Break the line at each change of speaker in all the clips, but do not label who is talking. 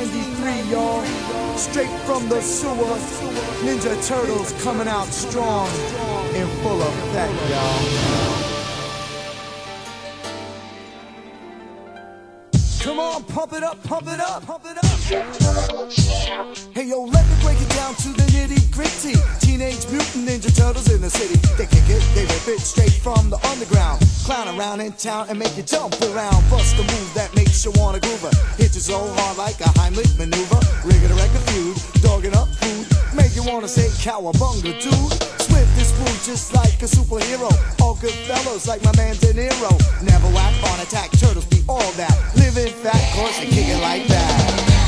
free, y'all. Straight from the sewer, Ninja Turtles coming out strong in full effect, y'all. Come on, pump it up, pump it up, pump it up. Hey yo, let me break it down to the nitty gritty. Teenage Mutant Ninja Turtles in the city. They kick it, they rip it straight from the underground. Clown around in town and make you jump around. Bust a move that makes you wanna groove Hit you so hard like a Heimlich maneuver. Rig it a record feud, dogging up food. Make you wanna say cowabunga dude. Swift is food just like a superhero. All good fellows like my man De Niro. Never whack on attack, turtles be all that. Living fat, course and kick it like that.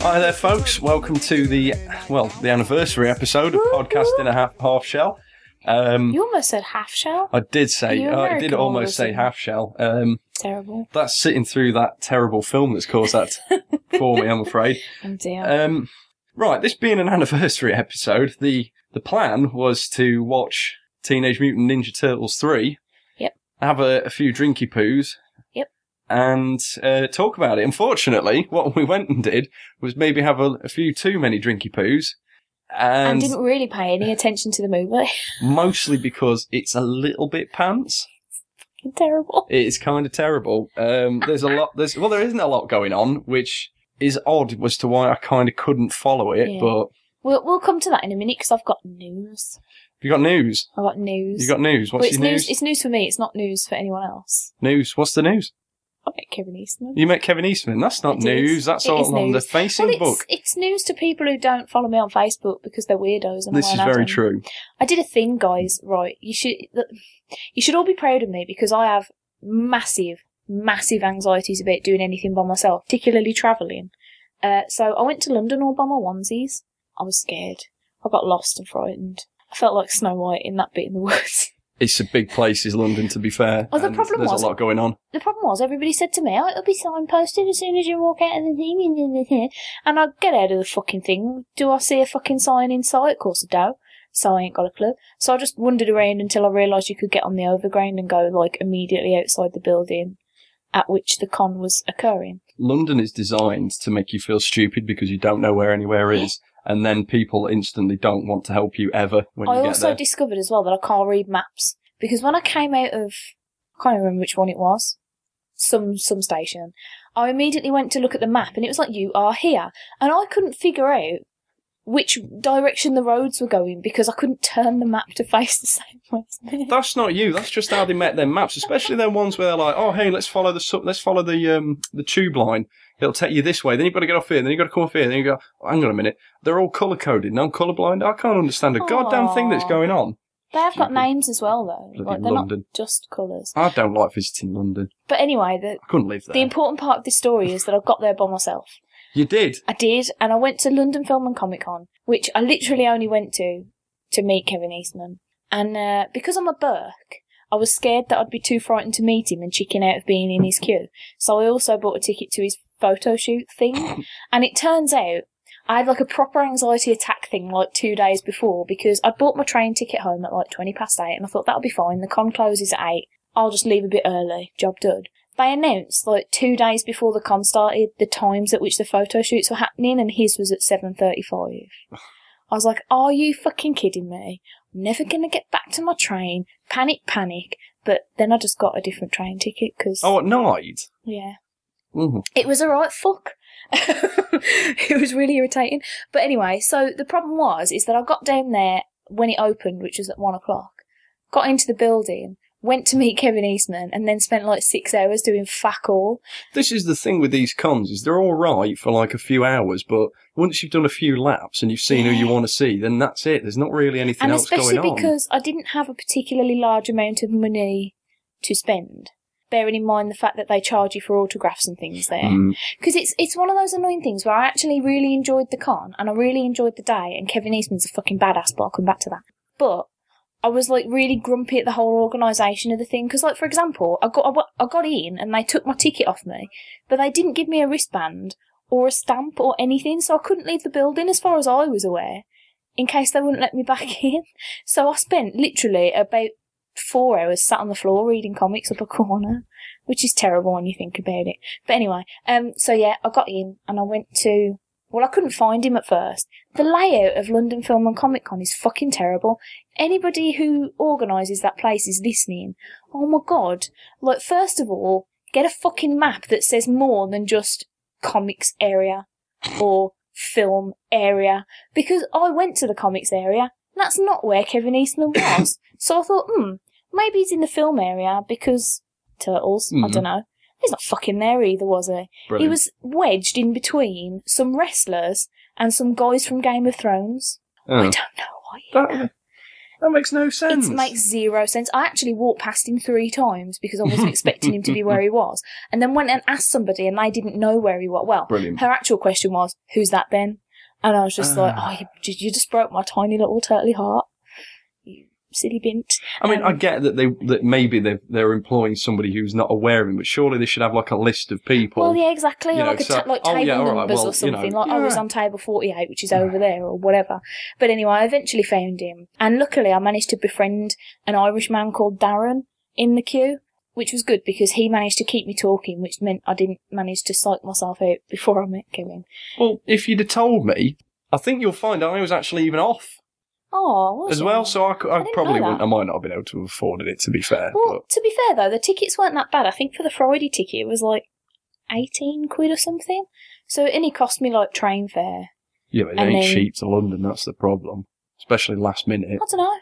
Hi there, folks. Welcome to the well, the anniversary episode of Podcast in a Half, half Shell. Um,
you almost said half shell.
I did say,
You're
uh, I did
American,
almost say
wasn't
half shell. Um,
Terrible.
that's sitting through that terrible film that's caused that for me, I'm afraid.
Oh dear.
Um, right, this being an anniversary episode, the the plan was to watch Teenage Mutant Ninja Turtles three.
Yep.
Have a, a few drinky poos.
Yep.
And uh, talk about it. Unfortunately, what we went and did was maybe have a, a few too many drinky poos,
and
and
didn't really pay any attention to the movie.
mostly because it's a little bit pants.
Terrible.
It is kind of terrible. Um, there's a lot. There's well, there isn't a lot going on, which is odd as to why I kind of couldn't follow it.
Yeah.
But
We'll we'll come to that in a minute because I've got news.
have you got news?
I've got news.
You got news.
Well,
What's
it's
your news?
It's news for me. It's not news for anyone else.
News. What's the news?
I met Kevin Eastman.
You met Kevin Eastman. That's not
It is.
news. That's
It
all
is
on the
news. well,
facing
it's,
book.
it's news to people who don't follow me on Facebook because they're weirdos. And I
This is
won't have
very
them.
true.
I did a thing, guys. Right, you should you should all be proud of me because I have massive, massive anxieties about doing anything by myself, particularly travelling. Uh, so I went to London all by my onesies. I was scared. I got lost and frightened. I felt like Snow White in that bit in the woods.
It's a big place, is London, to be fair.
Oh, the
and
problem
there's
was-
a lot going on.
the problem was everybody said to me, "Oh, it'll be signposted as soon as you walk out of the thing," and I get out of the fucking thing. Do I see a fucking sign in sight? Of course I don't. So I ain't got a clue. So I just wandered around until I realised you could get on the overground and go like immediately outside the building at which the con was occurring.
London is designed to make you feel stupid because you don't know where anywhere is, and then people instantly don't want to help you ever when
I
you get
also
there.
discovered as well that I can't read maps because when I came out of, I can't remember which one it was, some some station, I immediately went to look at the map and it was like you are here, and I couldn't figure out which direction the roads were going because I couldn't turn the map to face the same way. as me.
That's not you. That's just how they met their maps, especially their ones where they're like, "Oh, hey, let's follow the su- let's follow the um the tube line. It'll take you this way. Then you've got to get off here. Then you've got to come off here. Then you go. Oh, hang on a minute. They're all color coded. Now I'm colorblind. I can't understand a goddamn thing that's
Aw.
going on.
They have got
Stupid.
names as well though,
Bloody
like they're
London.
not just colours.
I don't like visiting London.
But anyway, the
I couldn't live
the
there.
important part of this story is that I got there by myself.
you did.
I did, and I went to London Film and Comic Con, which I literally only went to to meet Kevin Eastman. And uh, because I'm a Burke, I was scared that I'd be too frightened to meet him and chicken out of being in his queue. So I also bought a ticket to his photo shoot thing. and it turns out I had like a proper anxiety attack thing like two days before because I bought my train ticket home at like 20 past eight and I thought that'll be fine. The con closes at eight. I'll just leave a bit early. Job done. They announced like two days before the con started the times at which the photo shoots were happening and his was at 7.35. I was like, are you fucking kidding me? I'm never going to get back to my train. Panic, panic. But then I just got a different train ticket because,
Oh, at night.
yeah.
Mm.
It was a right fuck. it was really irritating. But anyway, so the problem was is that I got down there when it opened, which was at one o'clock, got into the building, went to meet Kevin Eastman, and then spent like six hours doing fuck all.
This is the thing with these cons is they're all right for like a few hours, but once you've done a few laps and you've seen who you want to see, then that's it. There's not really anything
and
else going
especially
on.
because I didn't have a particularly large amount of money to spend. bearing in mind the fact that they charge you for autographs and things there.
Mm.
Because it's it's one of those annoying things where I actually really enjoyed the con and I really enjoyed the day, and Kevin Eastman's a fucking badass, but I'll come back to that. But I was like really grumpy at the whole organisation of the thing because, like for example, I got I, wa- I got in and they took my ticket off me, but they didn't give me a wristband or a stamp or anything, so I couldn't leave the building as far as I was aware, in case they wouldn't let me back in. So I spent literally about four hours sat on the floor reading comics up a corner, which is terrible when you think about it. But anyway, um, so yeah, I got in and I went to. Well, I couldn't find him at first. The layout of London Film and Comic Con is fucking terrible. Anybody who organises that place is listening. Oh my god. Like, first of all, get a fucking map that says more than just comics area or film area. Because I went to the comics area. That's not where Kevin Eastman was. so I thought, hmm, maybe he's in the film area because turtles. I
Mhm.
don't know. He's not fucking there either, was he? He
Brilliant.
was wedged in between some wrestlers and some guys from Game of Thrones. I
Oh.
don't know why.
That, that makes no sense.
It makes zero sense. I actually walked past him three times because I wasn't expecting him to be where he was. And then went and asked somebody and they didn't know where he was. Well,
Brilliant.
her actual question was, who's that then? And I was just like, oh,
Ah.
you, ju- you just broke my tiny little turtly heart. You silly bint.
I mean,
um,
I get that they that maybe they they're employing somebody who's not aware of him, but surely they should have like a list of people.
Well, yeah, exactly.
you know,
like, a
so-
ta- like
oh,
table
yeah, all right,
numbers
well,
or
you know,
something. like I was
yeah.
on table 48, which is over there or whatever. But anyway, I eventually found him. And luckily, I managed to befriend an Irish man called Darren in the queue, which was good because he managed to keep me talking, which meant I didn't manage to psych myself out before I met Kevin.
Well, if you'd have told me, I think you'll find I was actually even off
Oh, was
as
he?
well. So I, cou- I
didn't
probably
know
wouldn't.
that.
I might not have been able to have afforded it. To be fair,
Well, to be fair though, the tickets weren't that bad. I think for the Friday ticket it was like 18 quid or something. So it only cost me like train fare.
but yeah, but it
and
ain't
then-
cheap to London. That's the problem, especially last minute.
I don't know. I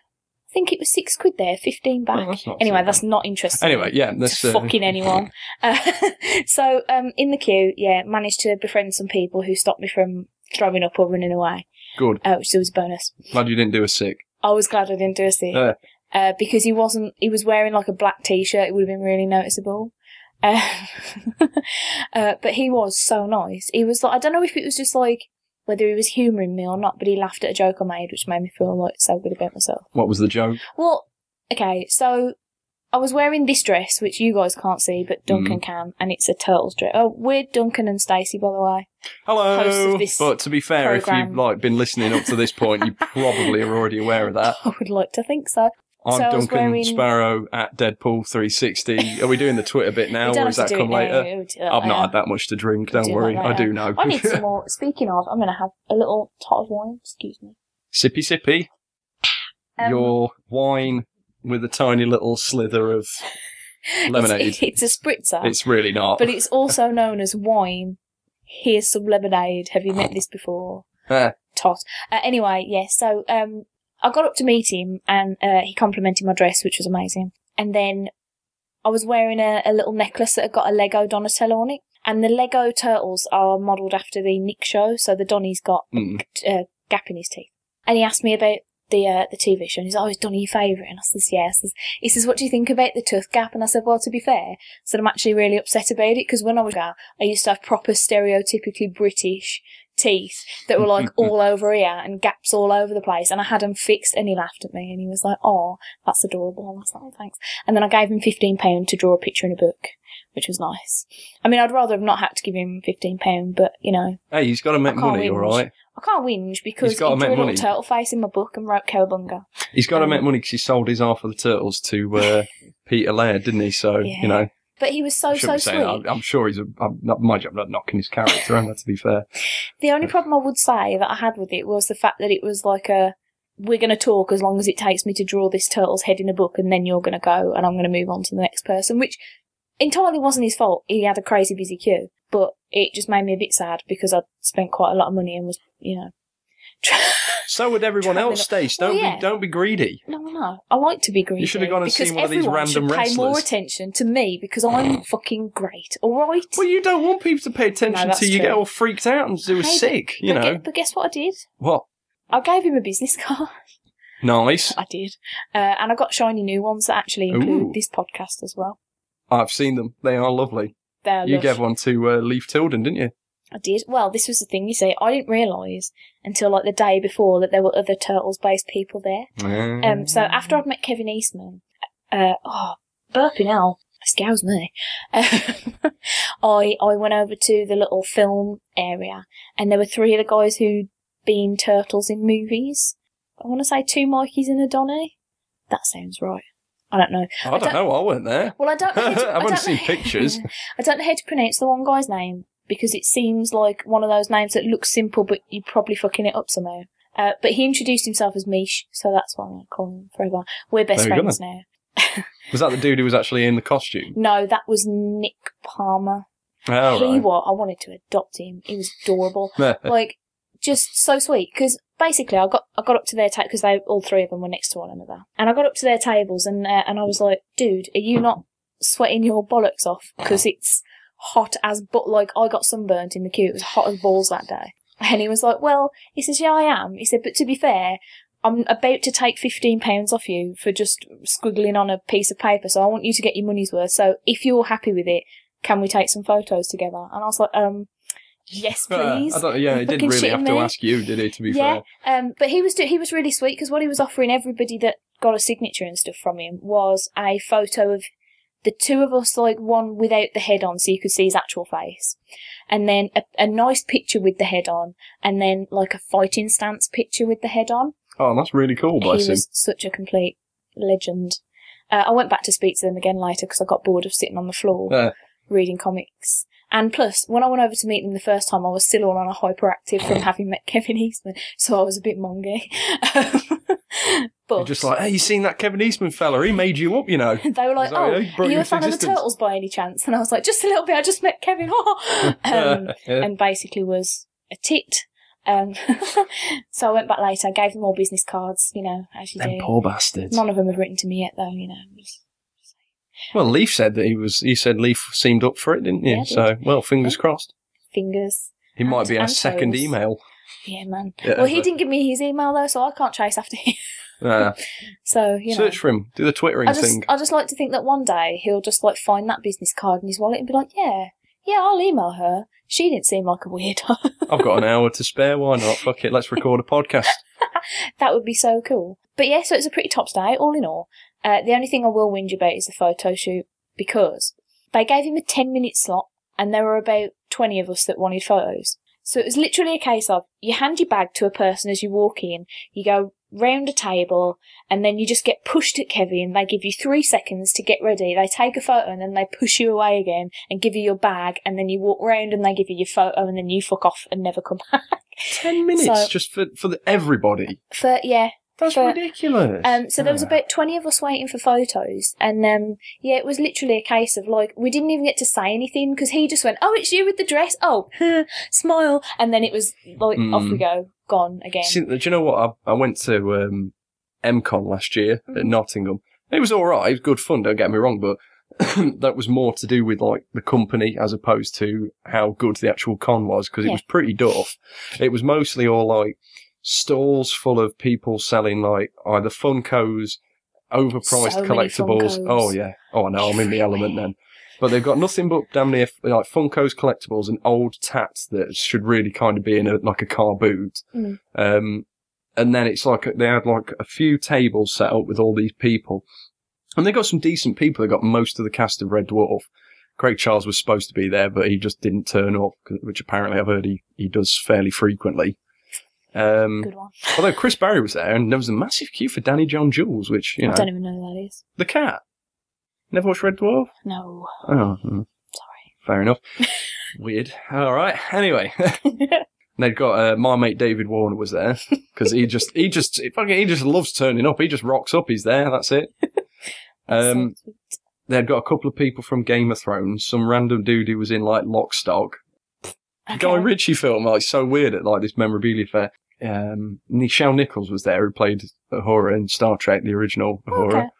think it was six quid there, 15 back.
Well, Oh, that's not
anyway,
too
that's not interesting.
Anyway, yeah, that's
to
uh,
fucking anyone. Uh, so um, in the queue, yeah, managed to befriend some people who stopped me from throwing up or running away,
good.
uh, which was a bonus.
Glad you didn't do a sick.
I was glad I didn't do a seat
Yeah.
uh, because he wasn't. He was wearing like a black t-shirt. It would have been really noticeable. Uh, uh, but he was so nice. He was like, I don't know if it was just like whether he was humouring me or not, but he laughed at a joke I made, which made me feel like so good about myself.
What was the joke?
Well, okay, so I was wearing this dress, which you guys can't see, but
Mm-hmm.
Duncan can, and it's a turtle's dress. Oh, we're Duncan and Stacey, by the way. Host
Hello.
of this
But to be fair, if
programme.
you've like been listening up to this point, you probably are already aware of that.
I would like to think so.
I'm
So I was
Duncan
wearing-
Sparrow at Deadpool360. Are we doing the Twitter bit now,
We don't
or
have
is
to
that
do
come
it
later?
now. We'll do that
I've
later.
not had that much to drink.
We'll
Don't
do
worry,
that
I
later.
do know.
I need some more. Speaking of, I'm going to have a little tot of wine. Excuse me.
sippy sippy.
Um,
Your wine with a tiny little slither of lemonade.
It's, it's a spritzer,
It's really not.
but it's also known as wine. Here's some lemonade. Have you
Oh.
met this before?
Eh,
tot. Uh, anyway, yes. so um, I got up to meet him, and uh, he complimented my dress, which was amazing. And then I was wearing a, a little necklace that had got a Lego Donatello on it. And the Lego turtles are modelled after the Nick show, so the Donny's got
mm.
uh, gap in his teeth. And he asked me about the uh, the TV show, and he's like, "Oh, is Donny your favourite?" And I says, "Yeah." I says, he says, "What do you think about the tooth gap?" And I said, "Well, to be fair, I said I'm actually really upset about it because when I was out, I used to have proper stereotypically British teeth that were like all over here and gaps all over the place, and I had them fixed." And he laughed at me, and he was like, "Oh, that's adorable." And I was like, "Oh, "Thanks." And then I gave him fifteen pound to draw a picture in a book. Which was nice. I mean, I'd rather have not had to give him fifteen pound, but you know,
Hey, he's got to make
can't
money,
whinge.
all right?
I can't whinge because
He's gotta
he drew
make
a little
money.
turtle face in my book and wrote Cowabunga.
He's got to
Um,
make money because he sold his half of the turtles to uh, Peter Laird, didn't he? So,
Yeah.
you know,
But he was so,
I
Oh, so
shouldn't be
sweet.
saying that. I'm, I'm sure he's a. I'm not, mind you, I'm not knocking his character, am I, to be fair?
The only problem I would say that I had with it was the fact that it was like a, we're going to talk as long as it takes me to draw this turtle's head in a book and then you're going to go and I'm going to move on to the next person, which entirely wasn't his fault. He had a crazy busy queue, but it just made me a bit sad because I'd spent quite a lot of money and was, you know,
So would everyone
Travelling
else,
up-
Stace.
Well,
Don't,
yeah.
be, don't be greedy.
No, no. I like to be greedy.
should have gone and
because
seen one of these
everyone
random
should Pay more
wrestlers. Oh.
attention to me because I'm fucking great. All right.
Well, you don't want people to pay attention
that's
to you. Get
true.
all freaked out and do a
Hey, but-
sick, you
but,
know.
gue- but guess what I did?
What?
I gave him a business card. Uh,
Nice.
I did, uh, and I got shiny new ones that actually include
Ooh.
this podcast as well.
I've seen them. They are lovely.
They're
you
lush.
gave one to uh, Leaf Tilden, didn't you?
I did. Well, this was the thing you say. I didn't realise until like the day before that there were other Turtles based people there. Um, so after I'd met Kevin Eastman, uh, oh, burping hell, excuse me. Um, I I went over to the little film area, and there were three of the guys who'd been turtles in movies. I want to say two Mikeys and a Donny. That sounds right. I don't know.
Oh, I don't
don't-
know. I weren't there.
Well, I don't. Know how to,
I've only
don't
seen
know-
pictures.
I don't know how to pronounce the one guy's name because it seems like one of those names that looks simple, but you're probably fucking it up somehow. Uh, but he introduced himself as Mish, so that's why I'm going to call him forever. We're best
There you go
friends now.
Was that the dude who was actually in the costume?
No, that was Nick Palmer.
Oh,
he
right.
was. I wanted to adopt him. He was adorable.
There.
like just so sweet because basically I got I got up to their table because they all three of them were next to one another, and I got up to their tables and uh, and I was like, dude, are you not sweating your bollocks off? Because it's hot as but like I got sunburnt in the queue. It was hot as balls that day. And he was like, well, he says, yeah, I am. He said, but to be fair. I'm about to take fifteen pounds off you for just squiggling on a piece of paper, so I want you to get your money's worth. So if you're happy with it, can we take some photos together? And I was like, um, yes, please.
Uh, I don't, yeah,
You're
he didn't
fucking
really have
shitting
to
me.
ask you, did he? To be
Yeah,
fair,
Um, but he was do- he was really sweet because what he was offering everybody that got a signature and stuff from him was a photo of the two of us, like one without the head on, so you could see his actual face, and then a, a nice picture with the head on, and then like a fighting stance picture with the head on.
oh, that's really cool,
he
bless him.
was such a complete legend. Uh, I went back to speak to them again later because I got bored of sitting on the floor
Yeah.
reading comics. And plus, when I went over to meet them the first time, I was still all on a hyperactive from having met Kevin Eastman, so I was a bit mongy.
You're
but
just like, hey, you seen that Kevin Eastman fella? He made you up, you know.
they were like,
Sorry,
"Oh,
they brought
are
you
you a
into
fan of the
existence."
Turtles by any chance?" And I was like, "Just a little bit. I just met Kevin." um, and basically was a tit. Um, so I went back later, gave them all business cards, you know, as you
Them
do.
poor bastards.
None of them have written to me yet, though, you know.
Well, Leaf said that he was. He said Leaf seemed up for it, didn't he?
Yeah, I did.
so, well, fingers crossed.
Fingers.
He might
And-
be our
and
second
toes.
email.
Yeah, man.
Yeah,
well, he
but-
didn't give me his email, though, so I can't chase after him.
Uh,
so, you know.
Search for him. Do the twittering
I just,
thing.
I just like to think that one day he'll just like find that business card in his wallet and be like, yeah, yeah, I'll email her. She didn't seem like a weirdo.
I've got an hour to spare. Why not? Fuck it. Let's record a podcast.
that would be so cool. But yeah, so it's a pretty top day, all in all. Uh, the only thing I will whinge about is the photo shoot because they gave him a 10 minute slot and there were about 20 of us that wanted photos. So it was literally a case of you hand your bag to a person as you walk in, you go round a table, and then you just get pushed at Kevin. They give you three seconds to get ready. They take a photo and then they push you away again and give you your bag, and then you walk round and they give you your photo, and then you fuck off and never come back.
Ten minutes
So-
just for for the, everybody.
For yeah,
That's
For-
ridiculous.
Um, so there was
Ah.
about 20 of us waiting for photos. And, um, yeah, it was literally a case of like, we didn't even get to say anything because he just went, Oh, it's you with the dress. Oh, smile. And then it was like,
Mm.
off we go, gone again.
See, do you know what? I, I went to um, MCon last year at
Mhm.
Nottingham. It was all right. It was good fun. Don't get me wrong, but that was more to do with like the company as opposed to how good the actual con was because it
Yeah.
was pretty duff. It was mostly all like stalls full of people selling like either Funkos, overpriced
So many
collectibles.
Funkos.
Oh yeah. Oh no, I'm in the element then. But they've got nothing but damn near like Funko's collectibles and old tats that should really kind of be in a like a car boot.
Mm.
Um, and then it's like they had like a few tables set up with all these people, and they got some decent people. They got most of the cast of Red Dwarf. Craig Charles was supposed to be there, but he just didn't turn up, 'cause- which apparently I've heard he, he does fairly frequently. Um,
Good one.
although Chris Barry was there, and there was a massive queue for Danny John Jules, which you
I
know
don't even know who that is.
the cat. Never watched Red Dwarf.
No.
Oh, mm. fair enough. Weird. All right. Anyway, and they'd got uh, my mate David Warner was there because he just he just he fucking he just loves turning up. He just rocks up. He's there. That's it. Um,
So-
they'd got a couple of people from Game of Thrones. Some random dude who was in like Lockstock.
okay.
Guy Ritchie film. Like so weird at like this memorabilia fair. Um, Nichelle Nichols was there who played Uhura in Star Trek, the original Uhura.
Okay.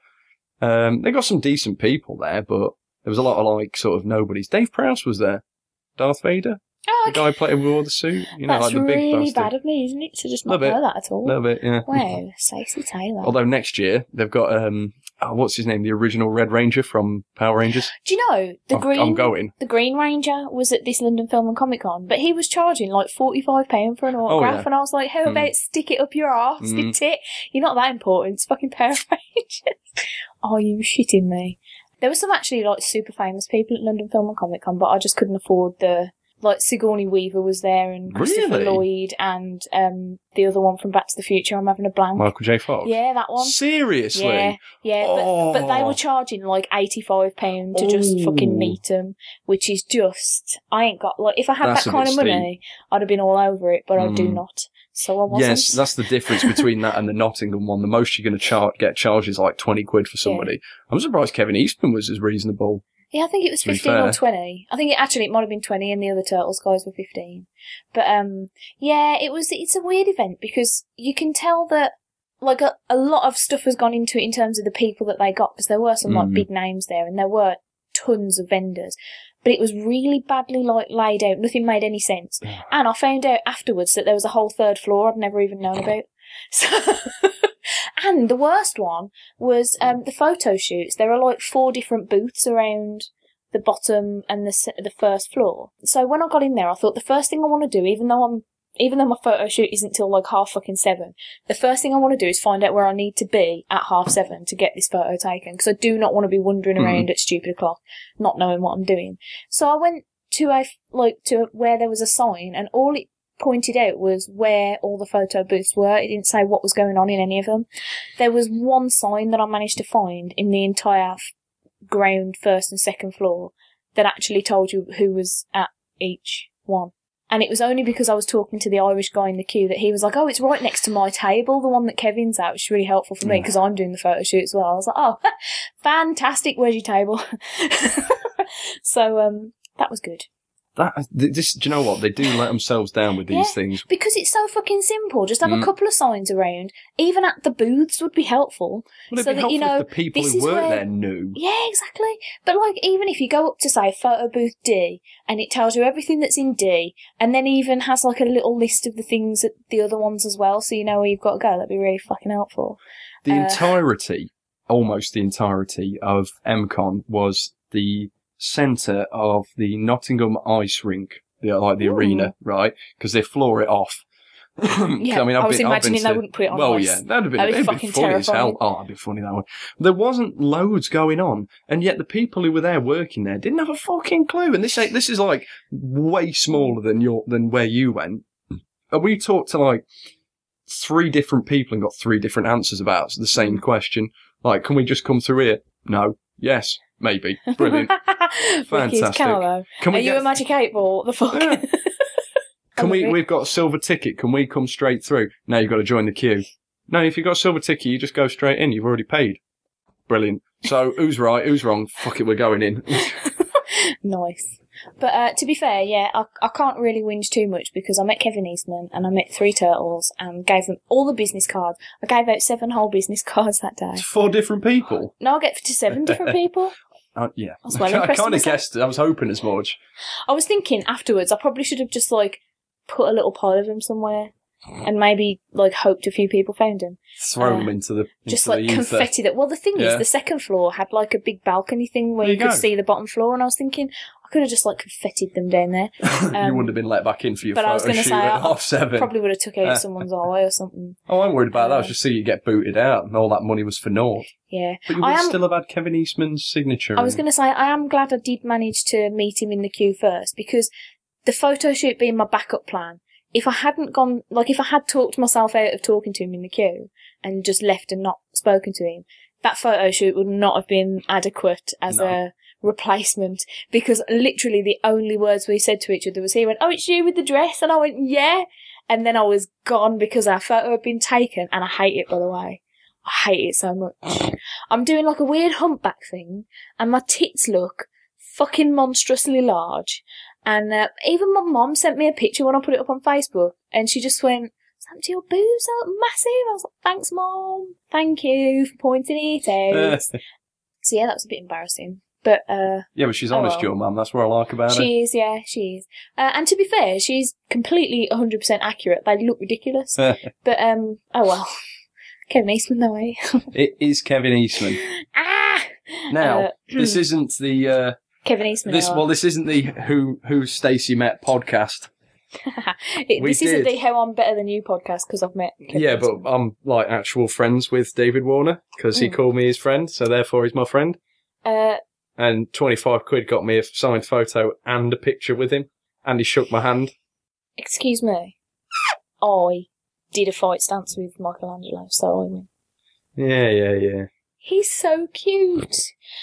Um, they got some decent people there, but there was a lot of like sort of nobodies. Dave Prowse was there. Darth Vader,
Oh,
the
okay.
guy who played who wore the suit. You know, like
That's
the big
really
bastard.
bad of me, isn't it, to just not
Little
know
bit.
that at all?
little bit, yeah.
Wow, Stacey Taylor.
Although next year they've got um oh, what's his name? The original Red Ranger from Power Rangers.
Do you know the
I'm,
green?
I'm going.
The Green Ranger was at this London Film and Comic Con, but he was charging like £45 for an autograph,
Oh, yeah.
and I was like, how
Mm.
about stick it up your arse,
Mm.
you tit? You're not that important, it's fucking Power Rangers. Are you shitting me? There were some actually like super famous people at London Film and Comic Con, but I just couldn't afford the. Like Sigourney Weaver was there, and Christopher
Really?
Lloyd, and um, the other one from Back to the Future. I'm having a blank.
Michael J. Fox.
Um, yeah, that one.
Seriously.
Yeah, yeah, but, but they
Oh.
were charging like eighty five pound to just
Ooh.
fucking meet them, which is just I ain't got like if I had
That's
that
a
kind of
bit
money, I'd have been all over it, but I do
Mm.
not. So I wasn't.
Yes, that's the difference between that and the Nottingham one. The most you're going to char- get charged is like 20 quid for somebody. I'm surprised Kevin Eastman was as reasonable.
yeah, I think it was
to be
fifteen or
fair.
twenty. I think it, actually it might have been twenty, and the other turtles guys were fifteen. But um, yeah, it was. It's a weird event because you can tell that. Like a, a lot of stuff has gone into it in terms of the people that they got because there were some like
Mm.
big names there and there were tons of vendors, but it was really badly like laid out. Nothing made any sense. And I found out afterwards that there was a whole third floor I'd never even known about. So, and the worst one was um, the photo shoots. There are like four different booths around the bottom and the s- the first floor. So when I got in there, I thought the first thing I want to do, even though I'm even though my photo shoot isn't till like half fucking seven, the first thing I want to do is find out where I need to be at half seven to get this photo taken because I do not want to be wandering
Mhm.
around at stupid o'clock, not knowing what I'm doing. So I went to a f- like to where there was a sign, and all it pointed out was where all the photo booths were. It didn't say what was going on in any of them. There was one sign that I managed to find in the entire f- ground, first and second floor, that actually told you who was at each one. And it was only because I was talking to the Irish guy in the queue that he was like, "Oh, it's right next to my table, the one that Kevin's at," which is really helpful for me
Mm.
because I'm doing the photo shoot as well. I was like, "Oh, fantastic! Where's your table?" so um, that was good.
That, th- this, do you know what? They do let themselves down with these
Yeah.
things.
Because it's so fucking simple. Just have a
Mm.
couple of signs around. Even at the booths would be helpful.
Would it
So
be
that,
helpful
you know,
if the people
this
who
is
work
where-
there knew?
Yeah, exactly. But like, even if you go up to say photo booth D, and it tells you everything that's in D, and then even has like a little list of the things at the other ones as well, so you know where you've got to go. That'd be really fucking helpful.
The
Uh,
entirety, almost the entirety of MCON was the centre of the Nottingham ice rink, the, like the
Ooh.
arena, right? Because they floor it off.
Yeah,
I mean, I've
was
been- I've been
imagining they
to-
wouldn't put it on.
Well,
ice.
yeah, that'd have been,
That'd be
it'd be
fucking
funny as hell.
terrifying.
Oh, that'd be funny that one. There wasn't loads going on, and yet the people who were there working there didn't have a fucking clue. And this ain't- this is like way smaller than your than where you went.
Hmm.
And we talked to like three different people and got three different answers about the same
Hmm.
question. Like, can we just come through here? No. Yes. Maybe. Brilliant.
Wicked,
Fantastic.
Camo.
Can we
Are you
get-
a magic eight ball? The fuck.
Yeah. Can
I'm
we?
a bit-
We've got a silver ticket. Can we come straight through? No, you've got to join the queue. No, if you've got a silver ticket, you just go straight in. You've already paid. Brilliant. So who's right? Who's wrong? Fuck it, we're going in.
nice. But uh, to be fair, yeah, I, I can't really whinge too much because I met Kevin Eastman and I met three turtles and gave them all the business cards. I gave out seven whole business cards that day.
It's four different people.
Now I get to seven different people.
Uh, yeah,
That's well
I
impressed
kind of
myself.
guessed. it. I was hoping as much.
I was thinking afterwards, I probably should have just like put a little pile of them somewhere and maybe like hoped a few people found them.
Throw
Uh,
them into the
just
into
like
the ether.
confetti that well the thing is
Yeah.
the second floor had like a big balcony thing where
There
you,
you
could
go.
see the bottom floor and i was thinking i could have just like confettied them down there
you
um,
wouldn't have been let back in for your
but
photo
I was gonna
shoot
say,
at
I-
half seven.
probably would have took out
Uh.
someone's eye or something
oh, I'm worried about that. I
Uh,
was just seeing you get booted out, and all that money was for naught.
yeah
But you
I
would
am-
still have had Kevin Eastman's signature.
i was
in.
going to say i am glad i did manage to meet him in the queue first because the photo shoot being my backup plan if i hadn't gone like if i had talked myself out of talking to him in the queue and just left and not spoken to him that photo shoot would not have been adequate as
No.
a replacement because literally the only words we said to each other was he went, Oh, it's you with the dress. And I went, Yeah. And then I was gone because our photo had been taken. And I hate it, by the way. I hate it so much. I'm doing like a weird humpback thing and my tits look fucking monstrously large. And uh, even my mom sent me a picture when I put it up on Facebook and she just went, "Is that to your boobs are massive. I was like, thanks, mom. Thank you for pointing it out. So yeah, that was a bit embarrassing. But uh,
yeah, but she's
Oh,
honest,
well.
your mum. That's what I like about her.
she is, yeah, she is. Uh, and to be fair, she's completely 100% accurate. They look ridiculous. but um, oh well. Kevin Eastman, though, eh?
It is Kevin Eastman.
ah!
Now,
Uh,
this isn't the uh,
Kevin Eastman. oh,
this
hour.
well, this isn't the who who Stacy met podcast.
It-
we
this isn't
did.
the How I'm Better Than You podcast because I've met Kevin
Yeah,
Eastman.
but I'm like actual friends with David Warner because he
Mm.
called me his friend, so therefore he's my friend.
Uh,
And 25 quid got me a signed photo and a picture with him, and he shook my hand.
excuse me. I did a fight stance with Michelangelo, so I win.
Yeah, yeah, yeah.
He's so cute.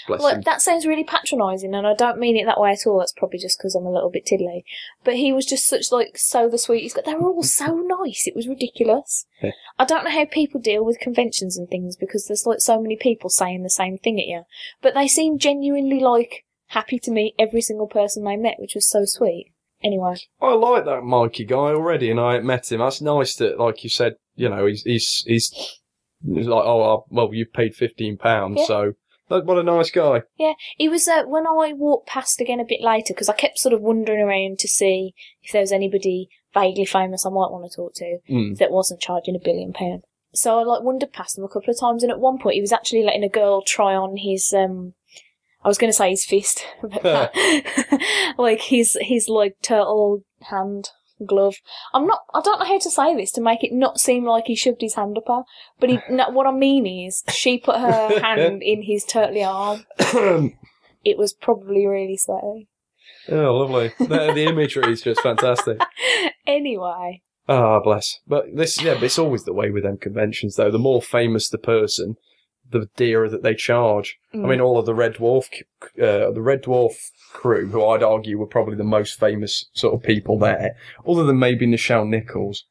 Bless
Look,
him.
that sounds really patronising, and I don't mean it that way at all. That's probably just because I'm a little bit tiddly. But he was just such like so the sweetest. guy. They were all so nice. It was ridiculous.
Yeah.
I don't know how people deal with conventions and things because there's like so many people saying the same thing at you. But they seemed genuinely like happy to meet every single person they met, which was so sweet. Anyway,
I like that Mikey guy already, and I ain't met him. That's nice that, like you said, you know, he's he's he's, he's like, oh, I, well, you've paid fifteen pounds,
Yeah.
so that, what a nice guy.
It was uh, when I walked past again a bit later because I kept sort of wandering around to see if there was anybody vaguely famous I might want to talk to
Mm.
that wasn't charging a billion pound. So I like wandered past them a couple of times, and at one point he was actually letting a girl try on his um. I was going to say his fist, but that- like his his like turtle hand glove. I'm not. I don't know how to say this to make it not seem like he shoved his hand up her. But he, no, what I mean is, she put her hand in his turtly arm,
oh,
it was probably really slow.
lovely. the, the imagery is just fantastic.
anyway,
Ah, bless. But this, yeah, but it's always the way with them conventions, though. The more famous the person, the dearer that they charge. I mean, all of the Red Dwarf, c- uh, the Red Dwarf crew, who I'd argue were probably the most famous sort of people there, other than maybe Nichelle Nichols,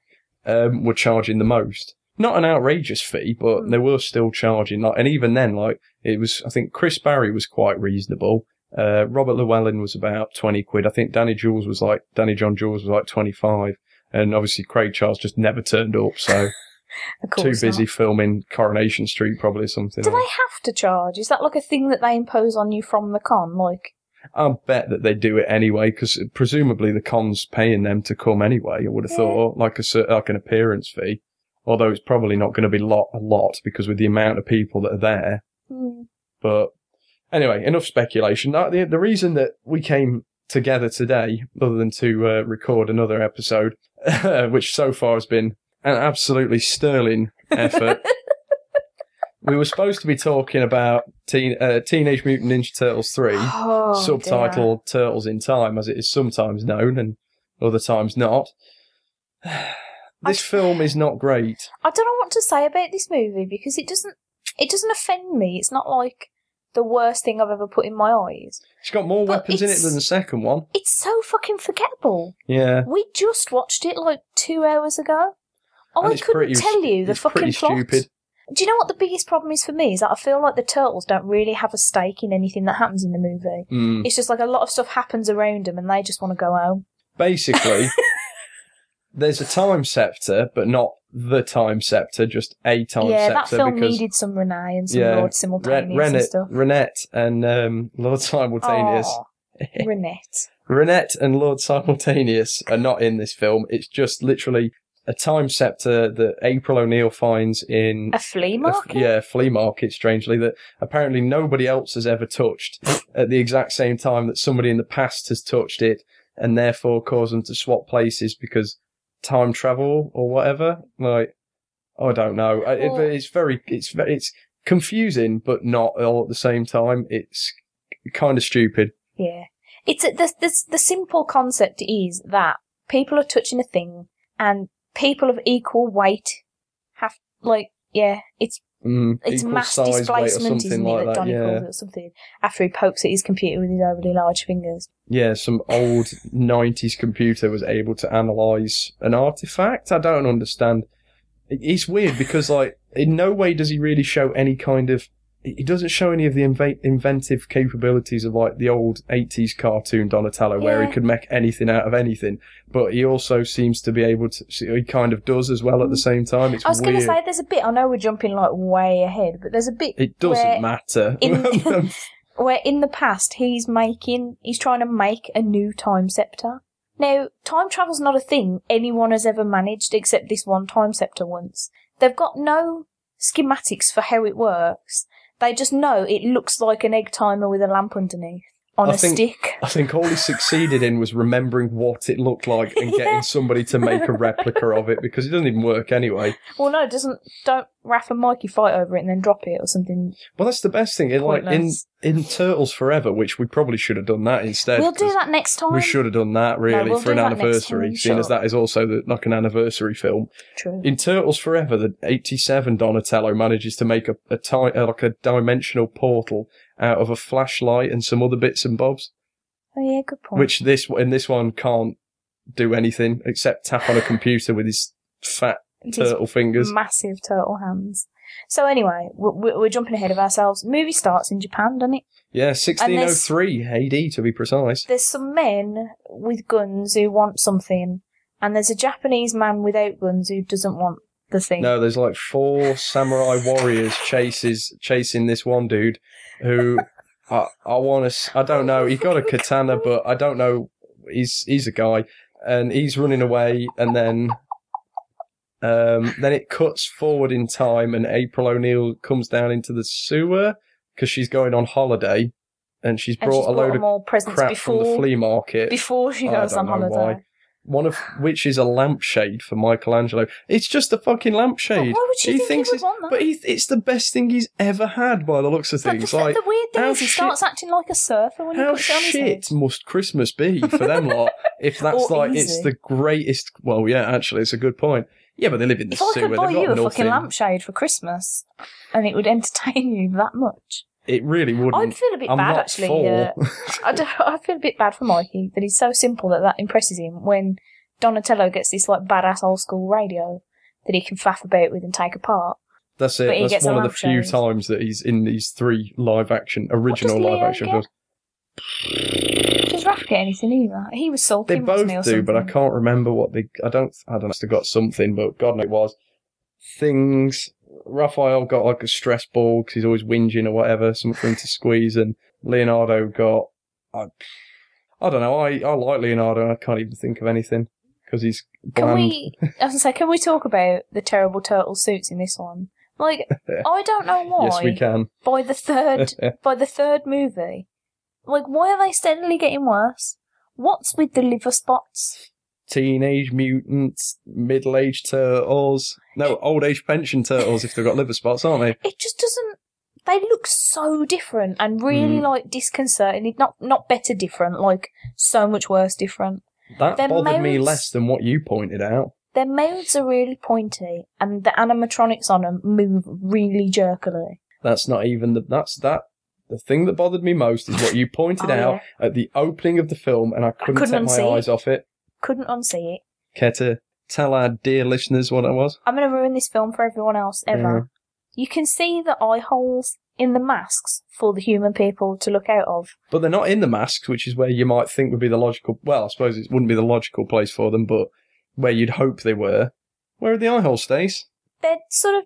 um, were charging the most. Not an outrageous fee, but
Mm.
they were still charging. Like, and even then, like it was, I think Chris Barry was quite reasonable. Uh, Robert Llewellyn was about twenty quid. I think Danny Jules was like Danny John Jules was like twenty five, and obviously Craig Charles just never turned up. So
of
too
course
busy
not.
filming Coronation Street, probably or something.
Do they
like
have to charge? Is that like a thing that they impose on you from the con? Like,
I bet that they do it anyway because presumably the cons paying them to come anyway. I would have
Yeah.
thought like a cer- like an appearance fee, although it's probably not going to be lot a lot because with the amount of people that are there.
mm,
But anyway, enough speculation. Uh, The the reason that we came together today, other than to uh, record another episode, which so far has been an absolutely sterling effort. we were supposed to be talking about teen, uh, Teenage Mutant Ninja Turtles three
oh, dear.
subtitled Turtles in Time, as it is sometimes known and other times not. this
I-
film is not great.
I don't know what to say about this movie because it doesn't. It doesn't offend me. It's not like the worst thing I've ever put in my eyes.
It's got more
But
weapons in it
it's-
than the second one.
It's so fucking forgettable.
Yeah.
We just watched it like two hours ago.
And
Oh, I
it's
couldn't
pretty-
tell you the
it's
fucking
pretty
plot.
stupid.
Do you know what the biggest problem is for me? Is that I feel like the turtles don't really have a stake in anything that happens in the movie.
Mm.
It's just like a lot of stuff happens around them and they just want to go home.
Basically, there's a time scepter, but not the time scepter, just a time
yeah, that
scepter
film
because
needed some Renee and some
Yeah,
Lord
Ren-
Simultaneous and
Renette,
stuff.
Renette and um, Lord Simultaneous.
Aw, Renette.
Renette and Lord Simultaneous are not in this film. It's just literally a time scepter that April O'Neil finds in
A flea market?
yeah, flea market, strangely, that apparently nobody else has ever touched at the exact same time that somebody in the past has touched it and therefore caused them to swap places because time travel or whatever. Like, I don't know. I- it-
Well-
it's very, it's, ve- it's confusing, but not all at the same time. It's kind of stupid.
Yeah. It's a, the, the, the simple concept is that people are touching a thing and people of equal weight have, like, yeah, it's
Mm,
It's
equal
mass
size, weight, or
displacement, isn't it? That, Donnie
yeah.
calls it or something. After he pokes at his computer with his overly large fingers.
yeah, some old 90s computer was able to analyze an artifact. I don't understand. It- It's weird because, like, in no way does he really show any kind of. He doesn't show any of the inve- inventive capabilities of, like, the old 80s cartoon Donatello, where he
Yeah.
could make anything out of anything. But he also seems to be able to. so He kind of does as well at the same time. It's
Mm. I was going
weird.
to say, there's a bit. I know we're jumping like way ahead, but there's a bit
it doesn't
where-
matter.
in- where in the past he's making, he's trying to make a new time scepter. Now, time travel's not a thing anyone has ever managed except this one time scepter once. They've got no schematics for how it works. They just know it looks like an egg timer with a lamp underneath on
I
a
think-
stick.
I think all he succeeded in was remembering what it looked like and getting somebody to make a replica of it because it doesn't even work anyway.
Well, no, it doesn't. Don't Raph and Mikey fight over it and then drop it or something.
Well, that's the best thing. It, like in
Pointless.
in Turtles Forever, which we probably should have done that instead.
We'll do
'cause
that next time.
We should have done that really
we'll
for an
do that next
anniversary,
time,
seeing as
sure.
that is also the, like an anniversary film.
True.
In Turtles Forever, the '87 Donatello manages to make a, a ti- uh, like a dimensional portal out of a flashlight and some other bits and bobs,
Oh yeah, good point.
which this in this one can't do anything except tap on a computer with his fat
It is
turtle fingers.
massive turtle hands. So anyway, we're, we're jumping ahead of ourselves. Movie starts in Japan, doesn't it?
Yeah, 1603 AD to be precise.
There's some men with guns who want something, and there's a Japanese man without guns who doesn't want the thing.
No, there's like four samurai warriors chases chasing this one dude who I I want to I don't know. He got a katana, but I don't know. He's he's a guy, and he's running away, and then. Um, then it cuts forward in time, and April O'Neil comes down into the sewer because she's going on holiday, and she's
and
brought
she's
a load
them all
of
presents
crap
before
from the flea market
before she
I
goes on
don't know
holiday.
why. one of which is a lampshade for Michelangelo. It's just a fucking lampshade.
But why would she
he
think he
thinks
would
it's,
want that?
But he, it's the best thing he's ever had by the looks of
But the,
things.
f-
like,
the weird thing
how
is, he
shit-
starts acting like a surfer when he
how
puts it on his head.
shit must Christmas be for them lot? If that's
Or
like,
easy.
it's the greatest. Well, yeah, actually, it's a good point. Yeah, but they live in the
If I
sewer.
could buy
They've got
you a
nothing.
fucking lampshade for Christmas, and it would entertain you that much,
It really
I'd
wouldn't.
feel a bit
I'm
bad
not
actually.
for-
Uh, I, do, I feel a bit bad for Mikey that he's so simple that that impresses him when Donatello gets this like badass old school radio that he can faff about with and take apart.
That's
but he
it. That's
gets a
one of the few
lampshade.
times that he's in these three live action, original
Leo
live action
get?
films.
Does Raph get anything either? He was
They
sulking,
both
wasn't he, or
do, but I
something?
can't remember what they. I don't. I don't know. They got something, but God knows it was things. Raphael got like a stress ball because he's always whinging or whatever, something to squeeze, and Leonardo got. I, I don't know. I, I like Leonardo. and I can't even think of anything because he's
Can
bland.
we? I was gonna say, can we talk about the terrible turtle suits in this one? Like, I don't know why.
yes, we can.
By the third, by the third movie, like, why are they steadily getting worse? What's with the liver spots?
Teenage mutants, middle-aged turtles. No, old-age pension turtles. if they've got liver spots, aren't they?
It just doesn't. They look so different and really
Mm.
like disconcerting. Not not better different, like so much worse different.
That
Their
bothered me
mouths-
less than what you pointed out.
Their mouths are really pointy, and the animatronics on them move really jerkily.
That's not even the. That's that. The thing that bothered me most is what you pointed
Oh,
out at the opening of the film, and I couldn't,
couldn't
take my
unsee
eyes off it.
Couldn't unsee it.
Care to tell our dear listeners what it was?
I'm going to ruin this film for everyone else ever. You can see the eye holes in the masks for the human people to look out of.
But they're not in the masks, which is where you might think would be the logical. Well, I suppose it wouldn't be the logical place for them, but where you'd hope they were. Where are the eye holes, Stace?
They're sort of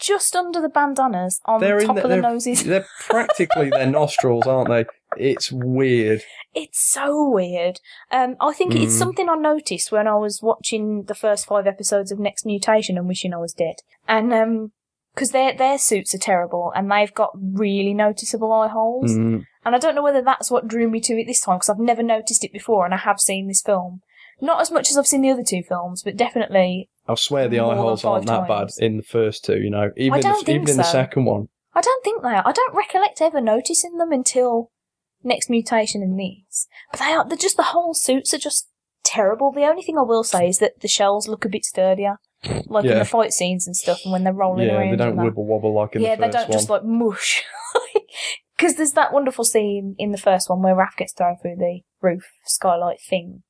just under the bandanas on
They're
the
in
top
the-
of the
they're-
noses.
They're practically their nostrils, aren't they? It's weird.
It's so weird. Um, I think it's
Mm.
something I noticed when I was watching the first five episodes of Next Mutation and wishing I was dead. And um 'cause their their suits are terrible and they've got really noticeable eye holes.
Mm.
And I don't know whether that's what drew me to it this time because I've never noticed it before and I have seen this film. Not as much as I've seen the other two films, but definitely.
I swear the
More
eye
than
holes
five
aren't that bad
times.
in the first two. You know, even in the,
don't think
even in the
so.
second one.
I don't think they are. I don't recollect ever noticing them until Next Mutation and these. But they are, they're just, the whole suits are just terrible. The only thing I will say is that the shells look a bit sturdier. Like in
Yeah.
the fight scenes and stuff and when they're rolling
Yeah,
around.
they don't
and that.
wibble wobble like in
yeah,
the first
they don't
one.
just like mush. Because there's that wonderful scene in the first one where Raph gets thrown through the roof skylight thing,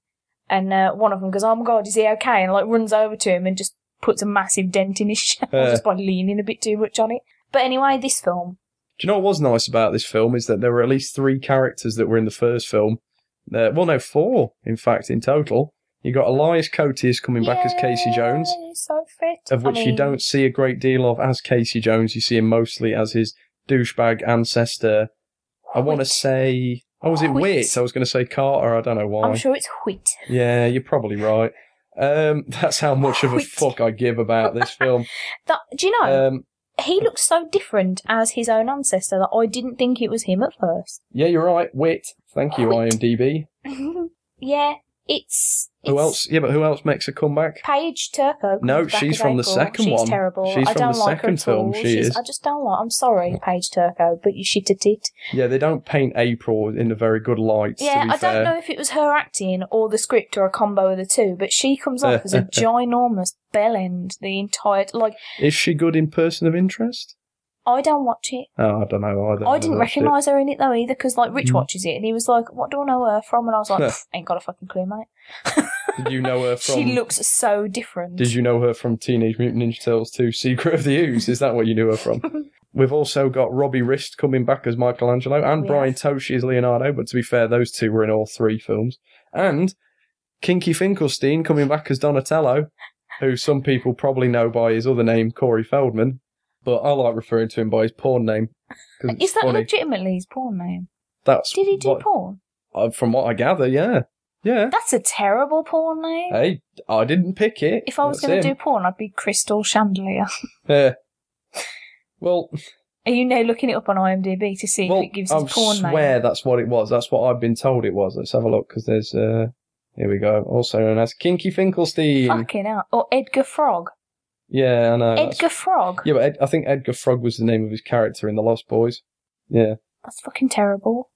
and uh, one of them goes, "Oh my god, is he okay?" and like runs over to him and just puts a massive dent in his shell
Yeah.
just by leaning a bit too much on it. But anyway, this film,
Do you know what was nice about this film is that there were at least three characters that were in the first film. Uh, well, no, four in fact in total. You got Elias Coteus coming back as Casey Jones,
Yay, so fit.
of
I
which you
mean,
don't see a great deal of as Casey Jones. You see him mostly as his douchebag ancestor. I want to
Whit.
say, oh, was it
Whit.
Wit? I was going to say Carter. I don't know why.
I'm sure it's Wheat.
Yeah, you're probably right. Um, that's how much of a
Whit.
fuck I give about this film.
That do you know?
Um,
he looked so different as his own ancestor that I didn't think it was him at first.
Yeah, you're right. Wit. Thank you,
Wit.
IMDb.
yeah, it's, it's
Who else? Yeah, but who else makes a comeback?
Paige Turco.
No,
comes back
she's
as
from the
April.
second
she's
one.
Terrible.
She's
I
from
don't
the
like her
second
at
film,
all.
she
She's-
is.
I just don't like. I'm sorry, Paige Turco, but you shit at it.
Yeah, they don't paint April in a very good light.
Yeah,
to be
I
fair.
don't know if it was her acting or the script or a combo of the two, but she comes off as a ginormous bell end the entire. Like
Is she good in Person of Interest?
I don't watch it.
Oh, I don't know either.
I didn't
haven't watched it.
recognise her in it though either, because like Rich
Mm.
watches it and he was like, "What do I know her from?" And I was like, "Pff, "Ain't got a fucking clue, mate."
Did you know her from?
She looks so different.
Did you know her from Teenage Mutant Ninja Turtles 2 Secret of the Ooze? Is that what you knew her from? We've also got Robbie Rist coming back as Michelangelo and
We
Brian Toshi as Leonardo, but to be fair, those two were in all three films. And Kinky Finkelstein coming back as Donatello, who some people probably know by his other name, Corey Feldman, but I like referring to him by his porn name. 'cause it's
Is that
funny.
legitimately his porn name?
That's
Did he do
what-
porn?
uh, from what I gather, yeah. Yeah.
That's a terrible porn name.
Hey, I didn't pick it.
if I was
That's
going to
him.
do porn, I'd be Crystal Chandelier.
Yeah. Well,
Are you now looking it up on IMDb to see
well,
if it gives
I
his porn
swear
name?
that's what it was. That's what I've been told it was. Let's have a look because there's uh, here we go. Also known as Kinky Finkelstein.
Fucking hell. Or Edgar Frog.
Yeah, I know. that's-
Edgar Frog.
Yeah, but Ed, I think Edgar Frog was the name of his character in The Lost Boys. Yeah.
That's fucking terrible.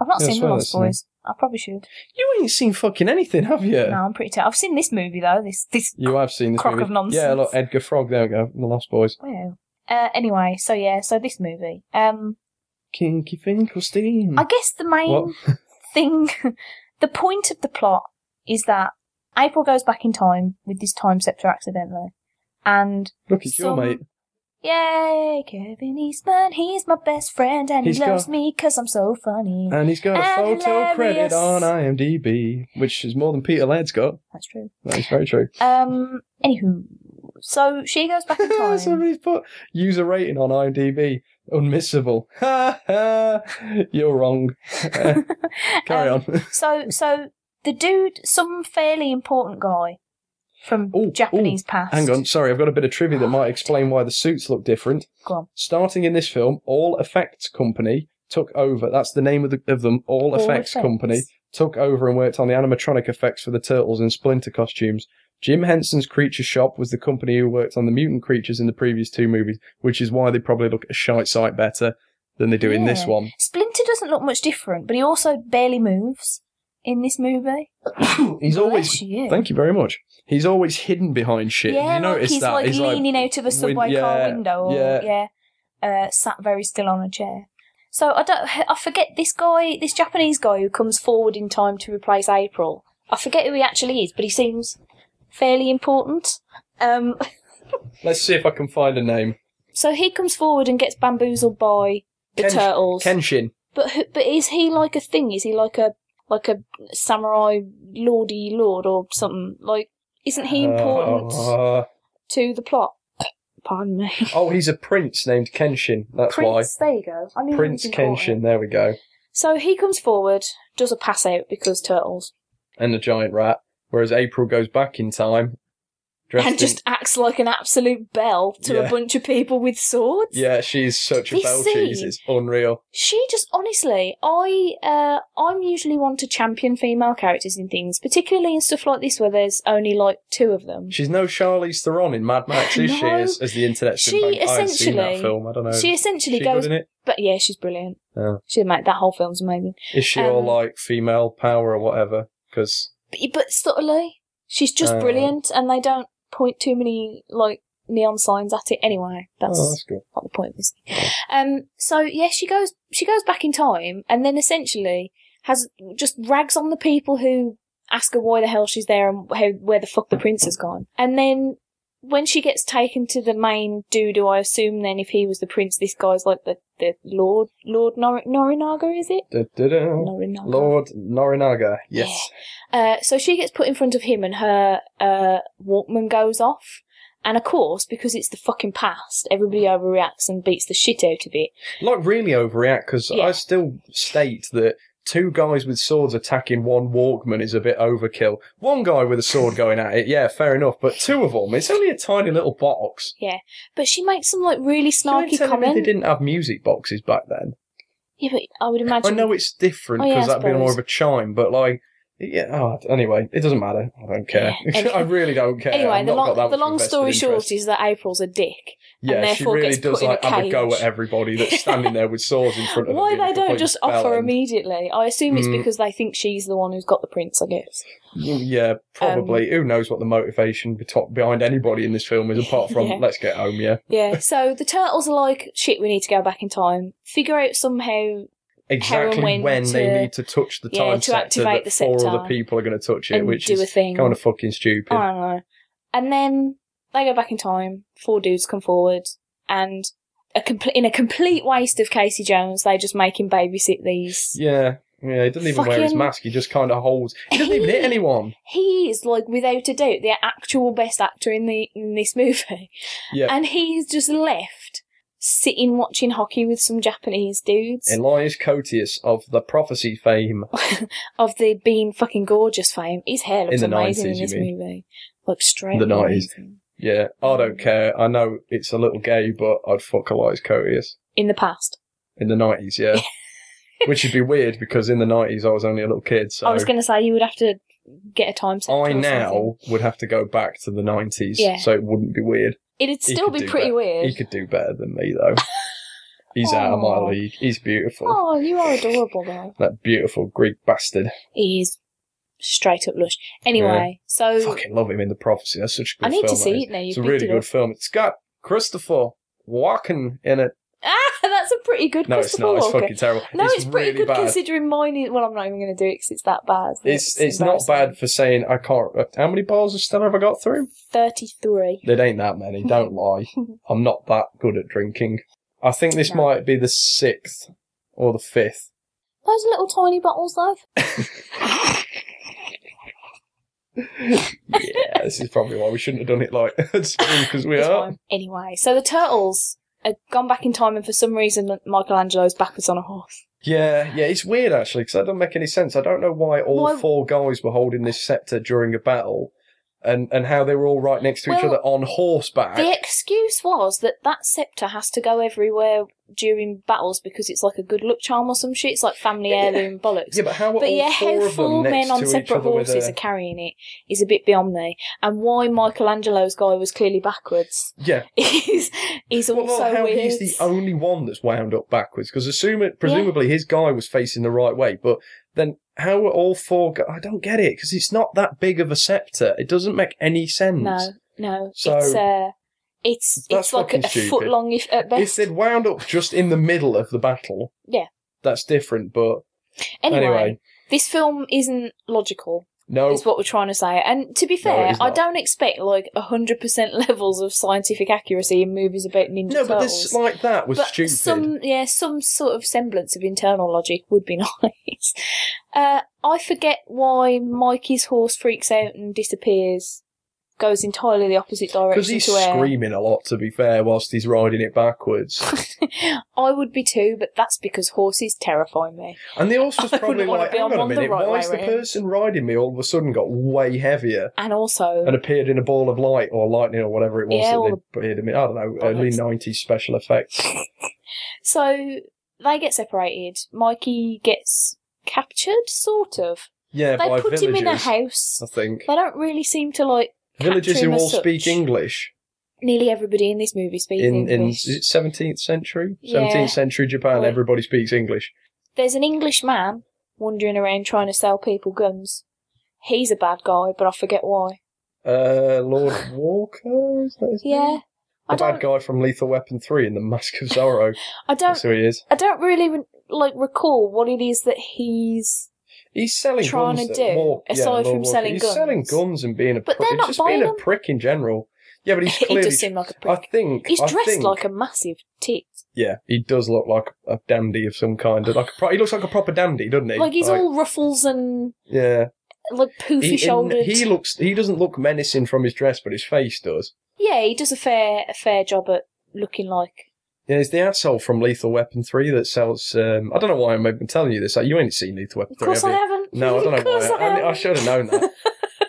I've not
Yeah, I
seen The
swear
Lost
that's the name.
Boys. I probably should.
You ain't seen fucking anything, have you?
No, I'm pretty terrible. I've seen this movie though. This this.
You have seen this
Crock
movie.
of nonsense.
Yeah, look, Edgar Frog. There we go. The Lost Boys.
Wow. Uh, anyway, so yeah, so this movie. Um,
Kinky Finkelstein.
I guess the main
Hmm. What?
thing, the point of the plot is that April goes back in time with this time scepter accidentally, and
Look, it's
some-
your mate.
Yay, Kevin Eastman, he's my best friend, and
He's
he loves
got- Uh,
me because I'm so funny.
And he's got a
And
photo
hilarious.
credit on IMDb, which is more than Peter Laird's got.
That's true.
That is very true.
Um, anywho, so she goes back in time.
Somebody's put user rating on IMDb unmissable. Ha ha! You're wrong. Eh, Carry
Um,
on.
So, so the dude, some fairly important guy from
Ooh,
Japanese past.
Hang on, sorry, I've got a bit of trivia that might explain why the suits look different.
Go on.
Starting in this film, All Effects Company took over. That's the name of, the, of them. All,
All
Effects,
Effects.
Company took over and worked on the animatronic effects for the turtles and Splinter costumes. Jim Henson's Creature Shop was the company who worked on the mutant creatures in the previous two movies, which is why they probably look a shite sight better than they do in this
Yeah.
one.
Splinter doesn't look much different, but he also barely moves in this movie.
He's always.
Bless you.
Thank you very much. He's always hidden behind shit.
Yeah,
Did you
like
notice
he's
that?
like
he's
leaning out of a
win-
subway car
yeah,
window, or yeah,
yeah.
uh, sat very still on a chair. So I don't, I forget this guy, this Japanese guy who comes forward in time to replace April. I forget who he actually is, but he seems fairly important. Um,
Let's see if I can find a name.
so he comes forward and gets bamboozled by the
Ken-
turtles.
Kenshin.
But who- but is he like a thing? Is he like a like a samurai lordy lord or something? Like, isn't he important
Uh,
to the plot? Pardon me.
oh, he's a prince named Kenshin. That's
Prince, there you go. I
why.
knew he
Prince
was important.
Kenshin. There we go.
So he comes forward, does a pass out because turtles,
And the giant rat. Whereas April goes back in time. Dressed
and just acts like an absolute bell to a
Yeah.
bunch of people with swords.
In, yeah, she's such a
This
bell cheese.
scene-
It's unreal.
She just honestly, I uh, I'm usually one to champion female characters in things, particularly in stuff like this where there's only like two of them.
She's no Charlize Theron in Mad Max, is she?
No.
As, as the internet
She
I've seen that
essentially-
film. I don't know.
she
Is
essentially
she good
goes,
in it?
but yeah, she's brilliant.
Yeah.
She made that whole film's amazing,
Is she all
um,
like female power or whatever? Because
but, but subtly, she's just
Uh.
brilliant, and they don't point too many like neon signs at it anyway. That's
oh, that's good.
not the point of this. Um, so yeah, she goes she goes back in time and then essentially has just rags on the people who ask her why the hell she's there and how, where the fuck the prince has gone. And then when she gets taken to the main dude, who I assume then if he was the prince, this guy's like the, the Lord Lord Nor- Norinaga, is it?
Da-da-da.
Norinaga.
Lord Norinaga. Yes.
Uh, so she gets put in front of him and her uh, Walkman goes off. And of course, because it's the fucking past, everybody overreacts and beats the shit out of it.
Like really overreact because
Yeah.
I still state that two guys with swords attacking one Walkman is a bit overkill. One guy with a sword going at it, yeah, fair enough. But two of them, it's only a tiny little box.
But she makes some like really
You ain't
snarky
telling me they
comment.
didn't have music boxes back then.
Yeah, but I would
I
imagine.
know it's different
Oh, yeah,
because
I
that'd be more
suppose.
of a chime, but like, yeah. Oh, anyway, it doesn't matter. I don't care.
Yeah, any-
I really don't care.
Anyway,
I've
the
not got that
long, the
much
long
invested
story
interest.
short is that April's a dick.
yeah,
and
she
therefore
really
gets
does
put in
like
a
have a go
cage.
at everybody that's standing there with swords in front of
Why
them. being
they don't
completely
just offer
bellend.
immediately? I assume it's
Mm.
because they think she's the one who's got the prince. I guess.
Yeah, probably.
Um,
Who knows what the motivation be- top- behind anybody in this film is apart from
Yeah.
let's get home, yeah.
Yeah. so the turtles are like, shit. We need to go back in time. Figure out somehow.
Exactly when,
Heroin
they
to-
need to touch the
yeah,
time
to
sector
activate
that
the
four
scepter
other people are going to touch it,
and
which
do a
is
thing.
kind of fucking stupid.
I don't know. And then they go back in time. Four dudes come forward, and a complete in a complete waste of Casey Jones, they just make him babysit these.
Yeah, yeah. He doesn't even wear his
Fucking-
mask. He just kind of holds. He doesn't even hit anyone.
He is like without a doubt the actual best actor in the in this movie,
Yeah.
and he's just left sitting watching hockey with some Japanese dudes
Elias Cotius of the Prophecy fame.
of the being fucking gorgeous fame. His hair looks
the
amazing
90s,
in
you
this
mean?
movie, like straight
The 90s.
amazing.
Yeah, I don't care. I know it's a little gay, but I'd fuck Elias Cotius
in the past.
in the nineties. Yeah, which would be weird because in the nineties I was only a little kid. So
I was going to say you would have to get a time. scepter
I
or something.
now would have to go back to the 90s,
Yeah.
so it wouldn't be weird.
It'd
He
still
could
be
do
pretty
that.
weird.
He could do better than me, though. He's out of
Aw.
my league. He's beautiful.
Oh, you are adorable though.
That beautiful Greek bastard.
He's straight up lush. Anyway, so
Fucking love him in The Prophecy. That's such a good
I need
film.
to
that
see
is.
it now. You've
It's a
picked
really
it
good
up.
film. It's got Christopher Walken in it.
Ah, that's a pretty good
No, it's
Christopher
not. It's
Walken.
fucking terrible.
no, it's, pretty
really
good
bad.
considering mine is. Well, I'm not even going to do it because it's that bad. isn't it?
it's it's not bad
embarrassing.
for saying I can't. uh, How many bars of Stella have I got through?
Thirty-three.
It ain't that many. Don't lie. I'm not that good at drinking. I think this
No.
might be the sixth or the fifth.
Those little tiny bottles though.
yeah, this is probably why we shouldn't have done it like because we
It's
are.
fine. Anyway, so the turtles are gone back in time, and for some reason, Michelangelo's backwards on a horse.
Yeah, yeah, it's weird actually because that doesn't make any sense. I don't know why all
Why-
four guys were holding this scepter during a battle, and and how they were all right next to each
Well,
other on horseback.
The excuse was that that scepter has to go everywhere during battles because it's like a good luck charm or some shit. It's like family heirloom bollocks.
yeah, but how were
But
all
yeah,
four
how
of them
four
next
men on
to each
separate
other
horses
with
are
a...
carrying it is a bit beyond me. And why Michelangelo's guy was clearly backwards
Yeah,
is is
well,
also
well, how
weird.
he's the only one that's wound up backwards because assume it, presumably his guy was facing the right way, but then how were all four? Go- I don't get it because it's not that big of a scepter. It doesn't make any sense.
no, no,
So-
it's uh, it's
That's
it's like a,
fucking stupid.
foot long if at
If
best.
they'd wound up just in the middle of the battle,
Yeah.
that's different. But
Anyway,
anyway,
this film isn't logical.
no,
Is what we're trying to say. And to be
No, it
fair,
is
I
not.
don't expect like hundred percent levels of scientific accuracy in movies about ninja
no, but
turtles.
this like that was
but
stupid.
some yeah some sort of semblance of internal logic would be nice uh, i forget why mikey's horse freaks out and disappears goes entirely the opposite
because
direction
he's
to where
screaming a lot, to be fair, whilst he's riding it backwards.
i would be too but that's because horses terrify me
And the horse was
I
probably
wouldn't wanna
like,
be
hang
on
on a
one the
minute,
right
why
way
is the
round."
person riding me all of a sudden got way heavier?
and also
and appeared in a ball of light or lightning or whatever it was
Yeah, all
that they appeared in. I don't know, early
Bollocks.
90s special effects.
so they get separated mikey gets captured sort of
Yeah,
they
by
put
villagers,
him in a house
I think.
they don't really seem to like
Villagers
capture him
who
as
all speak
such.
English
nearly everybody in this movie speaks
in, in
english
is it 17th century?
Yeah.
17th century Japan,
Right.
everybody speaks English.
there's an English man wandering around trying to sell people guns. He's a bad guy, but I forget why.
Uh, Lord Walker? Is that his
Yeah,
name?
I
The Mm. bad
don't,
guy from Lethal Weapon 3 and The Mask of Zorro.
I don't,
That's who he is.
I don't really re- like recall what it is that he's.
He's selling
Trying
guns
to
that
do,
walk- yeah,
aside
Lord
from
Walker.
selling
he's
guns.
selling guns and being a
But
prick.
they're not
just being
buying
a
them.
prick in general. Yeah, but he's
he
clearly
does seem like a
I
prick.
think
he's
I
dressed
think-
like a massive tit.
Yeah, he does look like a dandy of some kind. Like a pro- he looks like a proper dandy, doesn't he?
Like he's all ruffles and
yeah.
like poofy
He,
shouldered.
in- he looks. He doesn't look menacing from his dress, but his face does.
yeah, he does a fair, a fair job at looking like
Yeah, it's the asshole from Lethal Weapon 3 that sells. Um, I don't know why I'm even telling you this. Like, you ain't seen Lethal Weapon
Of
3,
course
have
I
you?
haven't.
No, I don't
Of
know
course
why.
I
I, I
haven't.
should have known that.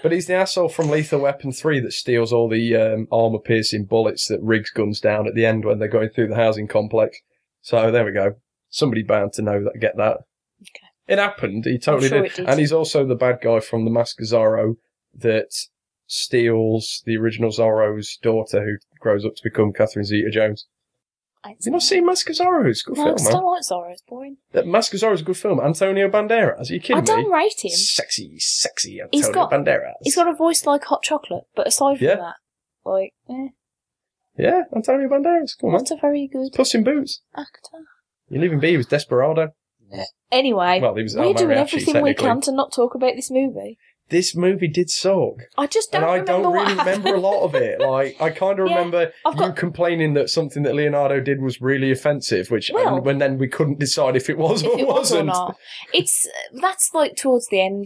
but he's the asshole from Lethal Weapon 3 that steals all the um, armor piercing bullets that Riggs guns down at the end when they're going through the housing complex. So there we go. Somebody bound to know that, get that.
Okay.
It happened. He totally
sure
did.
it did.
And he's also the bad guy from The Mask of Zorro that steals the original Zorro's daughter who grows up to become Catherine Zeta Jones.
I-
Have you not seen Mask of Zorro? It's a good
No, I
film,
still
man.
like Zorro. It's boring.
That Mask of Zorro is a good film. Antonio Banderas. Are you kidding
I don't
me?
rate him.
Sexy, sexy Antonio
He's got-
Banderas.
He's got a voice like hot chocolate, but aside from
Yeah.
that, like, eh,
yeah, Antonio Banderas. Come on.
not a very good
Puss in Boots.
actor.
You're leaving B was Desperado.
Anyway,
Well, he was El
we're doing
Mariachi,
everything we
technically.
can to not talk about this movie.
This movie did suck.
I just don't
and I
remember
don't
what
really
happened.
remember a lot of it. Like, I kind of
Yeah,
remember
I've
you
got-
complaining that something that Leonardo did was really offensive, which
Well-
and when then we couldn't decide if it was
if
or
it was or
wasn't.
not. It's that's like towards the end.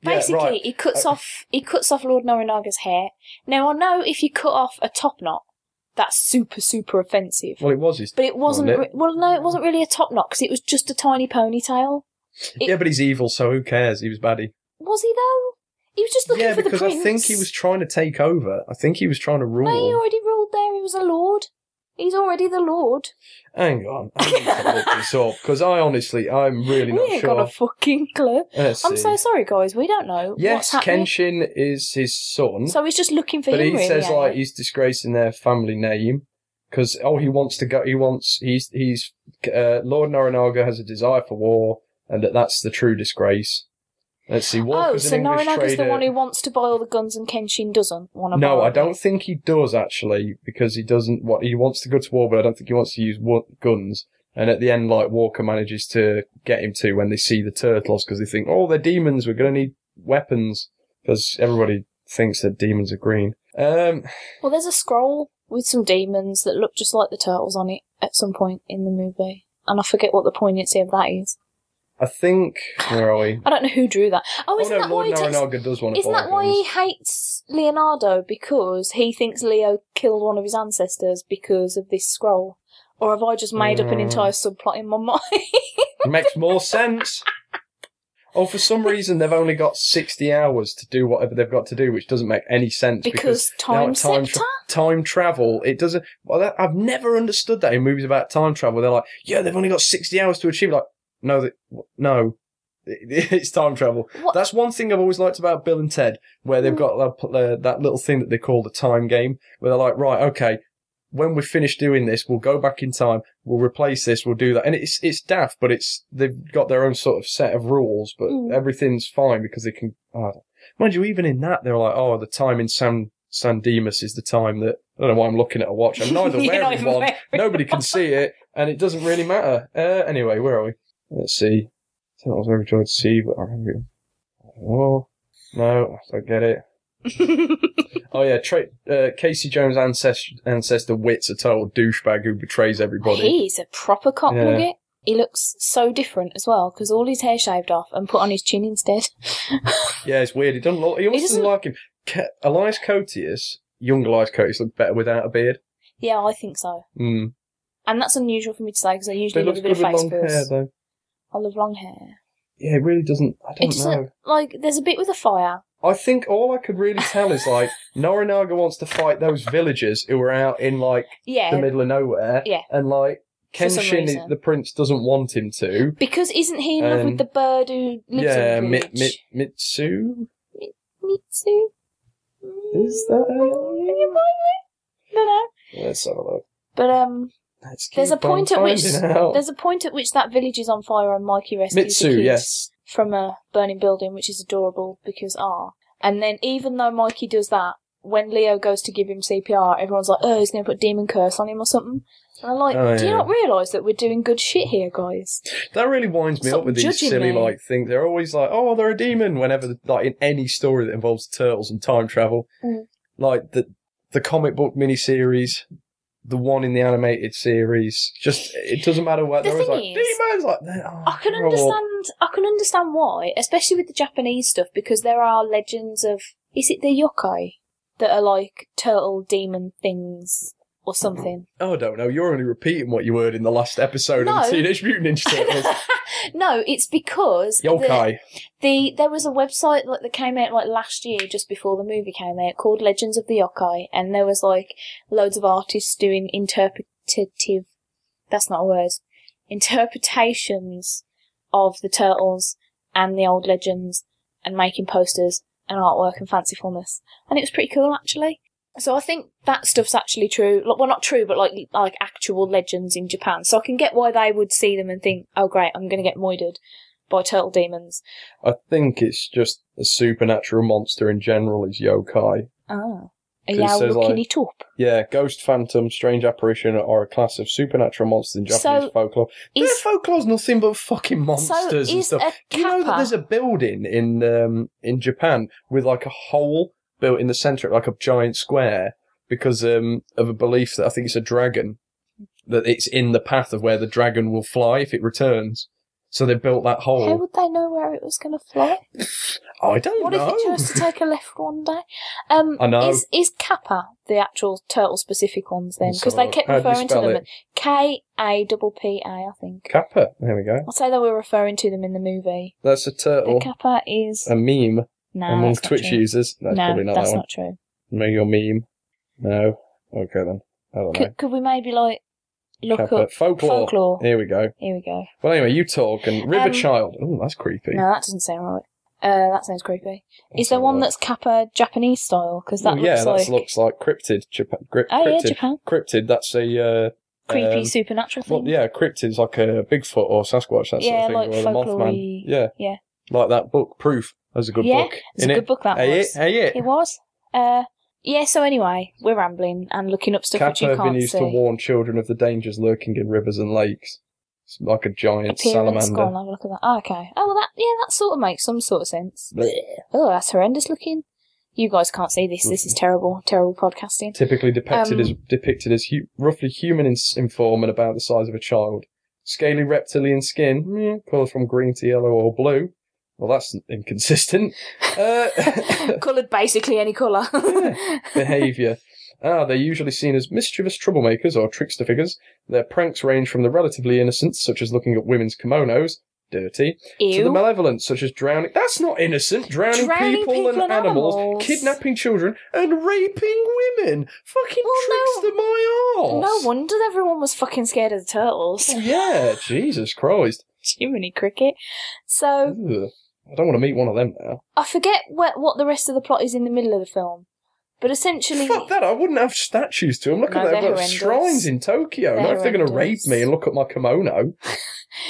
Yeah, right.
Basically, he cuts
Uh,
off he cuts off Lord Norinaga's hair. Now I know if you cut off a top knot, that's super super offensive.
Well, it was his.
But it wasn't.
Wasn't
re- well, no, it wasn't really a top knot because it was just a tiny ponytail. it-
yeah, but he's evil, so who cares? He was baddie.
Was he though? He was just looking
Yeah,
for the
because
prince.
I think he was trying to take over. I think he was trying to rule.
No, he already ruled there. He was a lord. He's already the lord.
Hang on, I need to look this up because I honestly, I'm really
we
not
ain't
sure.
got a fucking clue.
Let's
I'm
see.
so sorry, guys. We don't know what's
Yes,
happening.
Kenshin is his son,
So he's just looking for
but
him.
he
really,
says
ain't
like
he?
he's disgracing their family name because oh he wants to go. He wants he's he's uh, Lord Norinaga has a desire for war, and that that's the true disgrace. Let's see. Walker's
oh,
an
so
English
Norinaga's the
trader.
one who wants to buy all the guns and Kenshin doesn't want to
No,
buy
I don't think he does actually, because he doesn't. What he wants to go to war, but I don't think he wants to use wa- guns. And at the end, like Walker manages to get him to when they see the turtles, because they think, oh, they're demons. We're going to need weapons, because everybody thinks that demons are green. Um,
Well, there's a scroll with some demons that look just like the turtles on it at some point in the movie. And I forget what the poignancy of that is.
I think where are we?
I don't know who drew that. Oh, isn't
oh no,
that why
Lord
he takes
Naranaga does want to
Isn't
buy
that why
guns.
he hates Leonardo? Because he thinks Leo killed one of his ancestors because of this scroll. Or have I just made up an
Mm.
entire subplot in my mind?
makes more sense. Oh, for some reason they've only got sixty hours to do whatever they've got to do, which doesn't make any sense
because
Now,
time
time,
scepter?
tra- time travel. It doesn't. Well, that, I've never understood that in movies about time travel. They're like, yeah, they've only got sixty hours to achieve. Like, no, that no, It- it's time travel.
What-
That's one thing I've always liked about Bill and Ted, where they've
Mm.
got that, uh, that little thing that they call the time game, where they're like, right, okay. When we're finished doing this, we'll go back in time. We'll replace this. We'll do that, and it's it's daft, but it's they've got their own sort of set of rules, but
Mm.
everything's fine because they can. Oh, Mind you, even in that, they're like, oh, the time in San San Dimas is the time that I don't know why I'm looking at a watch. I'm neither
You're not
wearing
even
one.
wearing
Nobody can see it, and it doesn't really matter. Uh, anyway, where are we? Let's see. I was overjoyed to see, but I remember. it. Oh no, I don't get it. Oh yeah, tra- uh, Casey Jones' ancestor, ancestor Wit's a total douchebag who betrays everybody.
He's a proper cotton
Yeah.
nugget. He looks so different as well because all his hair shaved off and put on his chin instead.
Yeah, it's weird. He doesn't. Look, he almost doesn't,
doesn't-
like him. Ca- Elias Cotius, young Elias Cotius, looked better without a beard.
yeah, I think so.
Mm.
And that's unusual for me to say because I
They
usually
look
love
good
a bit of
with
face
long
pulls.
hair though.
I love long hair.
Yeah, it really doesn't. I
It
don't
doesn't
know.
like. There's a bit with a fire.
I think all I could really tell is like Norinaga wants to fight those villagers who are out in like
Yeah,
the middle of nowhere.
Eh. Yeah.
And like
For some
Kenshin,
reason.
is- the prince, doesn't want him to.
because isn't he in love
Um,
with the bird who lives
yeah,
in the
Mi-
village?
Mi- Mitsu?
Mitsu.
Is that
No, no.
Let's have a look.
But um,
Let's
There's
keep
a point
on
at which-
finding out.
there's a point at which that village is on fire and Mikey rescues
Oh. Mitsu,
the kid
yes.
from a burning building, which is adorable because ah. And then even though Mikey does that, when Leo goes to give him CPR, everyone's like, "Oh, he's going to put demon curse on him or something." And I'm like,
Oh,
"Do you
yeah.
not realise that we're doing good shit here, guys?"
That really winds me
Stop
up with these
judging
silly
me.
like things. They're always like, "Oh, they're a demon." Whenever, like in any story that involves turtles and time travel,
Mm.
like the the comic book miniseries, the one in the animated series, just it doesn't matter what
The
they're always like
thing is,
demons. Like they're- oh,
I can
they're all-
understand. I can understand why, especially with the Japanese stuff, because there are legends of is it the yokai that are like turtle demon things, or something.
Oh, I don't know. You're only repeating what you heard in the last episode
No.
of Teenage Mutant Ninja Turtles.
no, it's because the-
Yokai.
The, there was a website like that came out like last year, just before the movie came out, called Legends of the Yokai, and there was like loads of artists doing interpretative. That's not a word. Interpretations of the turtles and the old legends, and making posters and artwork and fancifulness, and it was pretty cool actually. So I think that stuff's actually true. Like, well, not true, but like like actual legends in Japan. So I can get why they would see them and think, "Oh, great, I'm going to get moided by turtle demons."
I think it's just a supernatural monster in general is yokai.
Oh. Are
Because it
y'all
says,
looking
like,
it up?
Yeah, ghost, phantom, strange apparition are a class of supernatural monsters in Japanese
So,
folklore. Their
Is,
folklore's nothing but fucking monsters
so
and
is
stuff.
a
Do you know that
kappa-
there's a building in um, in Japan with like a hole built in the centre, like a giant square, because um, of a belief that I think it's a dragon that it's in the path of where the dragon will fly if it returns. So they built that
How
hole.
would they know where it was going to fly?
I don't
What
know.
if it chose to take a left one day? Um,
I know.
Is, is Kappa the actual turtle specific ones then? Because
So,
they kept
how do you
referring to
spell
them
it?
as K A double P A, I think.
Kappa. There we go.
I'll say they were referring to them in the movie.
That's a turtle.
The Kappa is.
A meme
nah,
Oh. among
that's not
Twitch
true.
users. That's
no,
probably not
that's
that
not true.
one. Maybe your meme. No. Okay then. I don't know.
Could, could we maybe like look
Kappa.
up
Folklore.
folklore?
Here we go.
Here we go.
Well, anyway, you talk and River
Um,
Child. Oh, that's creepy.
No, that doesn't sound right. Uh, that sounds creepy. Is
Let's
there
have a
one
look.
that's Kappa Japanese style? Because that
Ooh,
looks
yeah, that
like
looks like cryptid. Jap- gri-
oh yeah,
cryptid.
Japan
cryptid. That's a uh,
creepy
Um,
supernatural thing.
well, yeah, cryptid's like a Bigfoot or Sasquatch. That
Yeah,
sort of
like
thing, or the Mothman.
folklore-y.
Yeah,
Yeah.
like that book. Proof. That's a good
Yeah,
book.
it's a
innit?
good book that
Hey, it, eh,
was.
hey,
It
it.
was. Uh, yeah. So anyway, we're rambling and looking up stuff which
Kappa
you
have been
can't
used
see.
to warn children of the dangers lurking in rivers and lakes. It's like a giant
Appearance. Go on,
salamander.
have a look at that. Oh, okay. Oh well, that yeah, that sort of makes some sort of sense.
Blech.
Oh, that's horrendous looking. You guys can't see this. This is
Mm-hmm.
terrible. Terrible podcasting.
Typically depicted
Um,
as depicted as hu- roughly human in, s- in form and about the size of a child. Scaly reptilian skin, colour from green to yellow or blue. Well, that's inconsistent. Uh,
Coloured basically any colour.
Yeah. behaviour. Ah, they're usually seen as mischievous troublemakers or trickster figures. Their pranks range from the relatively innocent, such as looking at women's kimonos, dirty, to the
Ew.
malevolent, such as drowning. That's not innocent. Drowning,
Drowning
people, and,
people and
animals,
animals.
kidnapping children, and raping women. Fucking
Well, no-
trickster my
no
arse.
wonder everyone was fucking scared of the turtles.
Oh, yeah, Jesus Christ.
Jiminy Cricket. So
Ugh. I don't want to meet one of them now.
I forget what what the rest of the plot is in the middle of the film, but essentially,
Fuck that! I wouldn't have statues to them. Look
No,
at that.
they're
I've got
horrendous.
shrines in Tokyo.
They're
Not if they're going to rape
horrendous.
me and look at my kimono.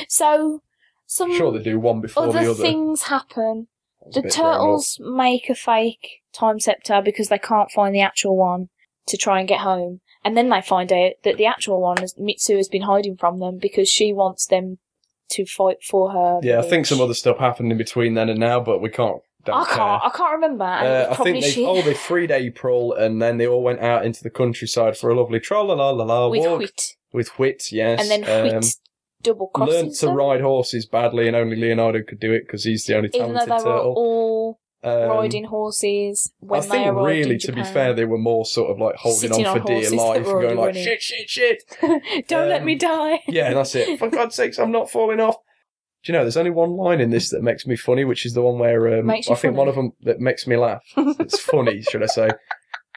so some
Sure, they do one before
Um, other
the other.
things happen.
That's a
The
bit grown up.
turtles make a fake time scepter because they can't find the actual one to try and get home, and then they find out that the actual one is Mitsu has been hiding from them because she wants them to fight for her.
Yeah, I think
village.
some other stuff happened in between then and now, but we can't. Don't
I can't. I can't remember. and
care.
it was
Uh, I
probably
think they
she-
oh they freed April and then they all went out into the countryside for a lovely tra la la la la
with
walk
Wheat.
with Whit, yes,
and then
um,
Wheat double crosses
learned to
them,
ride horses badly and only Leonardo could do it because he's the only
even though
talented
they were
turtle.
all
Um,
riding horses when
I think
they arrived
really,
in
to
Japan.
be fair, they were more sort of like holding
Sitting
on
on
for dear
horses that
life and
were already
going like
running.
shit, shit, shit.
don't let
um,
me die.
Yeah, that's it. For God's sakes, I'm not falling off. Do you know, there's only one line in this that makes me funny, which is the one where um, I
Makes you
think one
funny.
of them that makes me laugh. It's funny, should I say.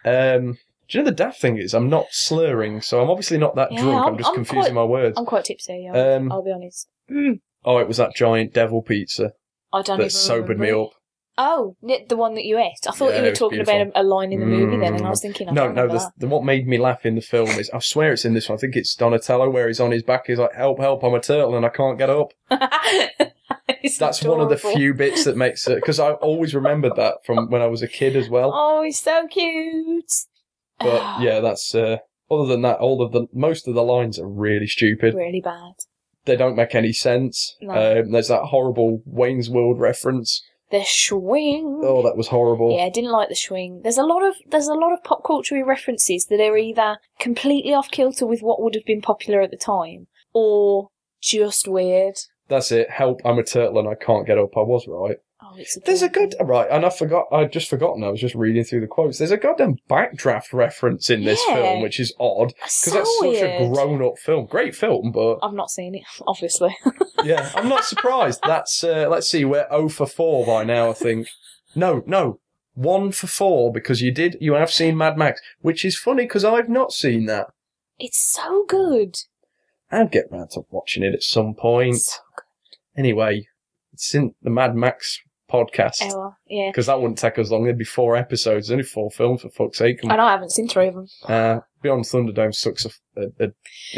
Um, do you know the daft thing is I'm not slurring, so I'm obviously not that
Yeah,
drunk. I'm,
I'm-
just
I'm
confusing
quite-
my words.
I'm quite tipsy. I'll,
Um,
I'll be honest.
oh, it was that giant devil pizza
I don't even
that sobered
remember
me
it.
up.
Oh, the the one that you ate. I thought
Yeah,
you
it
were
was
talking about
beautiful.
a, a line in the movie then, and
Mm.
I was thinking, I
No,
can't
no,
remember
the,
that.
the what made me laugh in the film is I swear it's in this one. I think it's Donatello where he's on his back. He's like, "Help, help! I'm a turtle and I can't get up."
It's
That's one of the
adorable.
few bits that makes it because I always remembered that from when I was a kid as well.
Oh, he's so cute.
But yeah, that's uh, other than that, all of the most of the lines are really stupid.
really bad.
They don't make any sense.
No.
Um, there's that horrible Wayne's World reference.
The swing.
Oh, that was horrible.
Yeah, I didn't like the swing. There's a lot of there's a lot of pop culture references that are either completely off kilter with what would have been popular at the time, or just weird.
That's it. Help! I'm a turtle and I can't get up. I was right.
Oh, it's
There's a
adorable.
good right, and I forgot. I'd just forgotten. I was just reading through the quotes. There's a goddamn backdraft reference in this
Yeah.
film, which is odd
That's
because
so
that's such a
weird.
grown-up film. Great film, but
I've not seen it, obviously.
yeah, I'm not surprised. That's uh, let's see, we're 0 for four by now. I think no, no, one for four because you did. You have seen Mad Max, which is funny because I've not seen that.
It's so good.
I'll get round to watching it at some point.
So
Anyway, it's in the Mad Max
good.
podcast.
Oh, well, yeah.
Because that wouldn't take us long. There'd be four episodes, only four films for fuck's sake. Come on.
And I haven't seen three of them.
Uh, Beyond Thunderdome sucks a, a, a,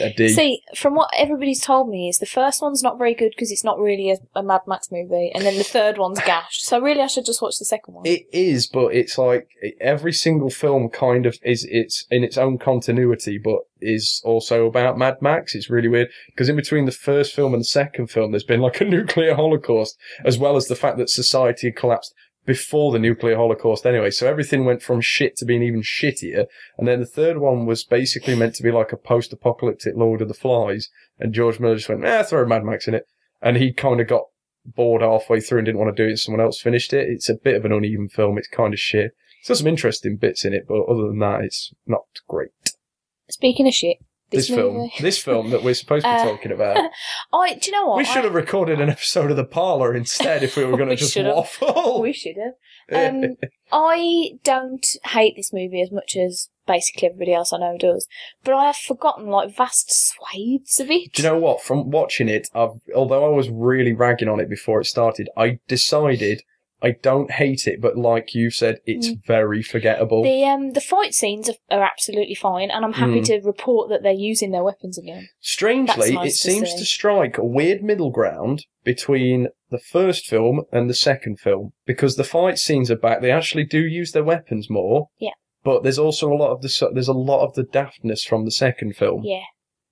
a D.
See, from what everybody's told me, is the first one's not very good because it's not really a, a Mad Max movie, and then the third one's gashed. So really, I should just watch the second one.
It is, but it's like every single film kind of is it's in its own continuity, but is also about Mad Max. It's really weird because in between the first film and the second film, there's been like a nuclear holocaust, as well as the fact that society had collapsed before the nuclear holocaust anyway. So everything went from shit to being even shittier. And then the third one was basically meant to be like a post-apocalyptic Lord of the Flies, and George Miller just went, "Ah, throw Mad Max in it," and he kind of got bored halfway through and didn't want to do it. Someone else finished it. It's a bit of an uneven film. It's kind of shit. It's got some interesting bits in it, but other than that, it's not great.
Speaking of shit,
This,
this,
film,
movie.
this film that we're supposed to be
Uh,
talking about.
I do you know what?
We should have recorded an episode of The Parlor instead if we were going to
We
just
should have. I,
waffle.
we should have. Um, I don't hate this movie as much as basically everybody else I know does, but I have forgotten like vast swathes of it.
Do you know what? From watching it, I've, although I was really ragging on it before it started, I decided I don't hate it, but like you said, it's very forgettable.
Mm. the um the fight scenes are, are absolutely fine, and I'm happy
Mm.
to report that they're using their weapons again.
Strangely,
That's nice
it
to
seems
see.
to strike a weird middle ground between the first film and the second film because the fight scenes are back. They actually do use their weapons more.
Yeah.
But there's also a lot of the so- there's a lot of the daftness from the second film.
Yeah,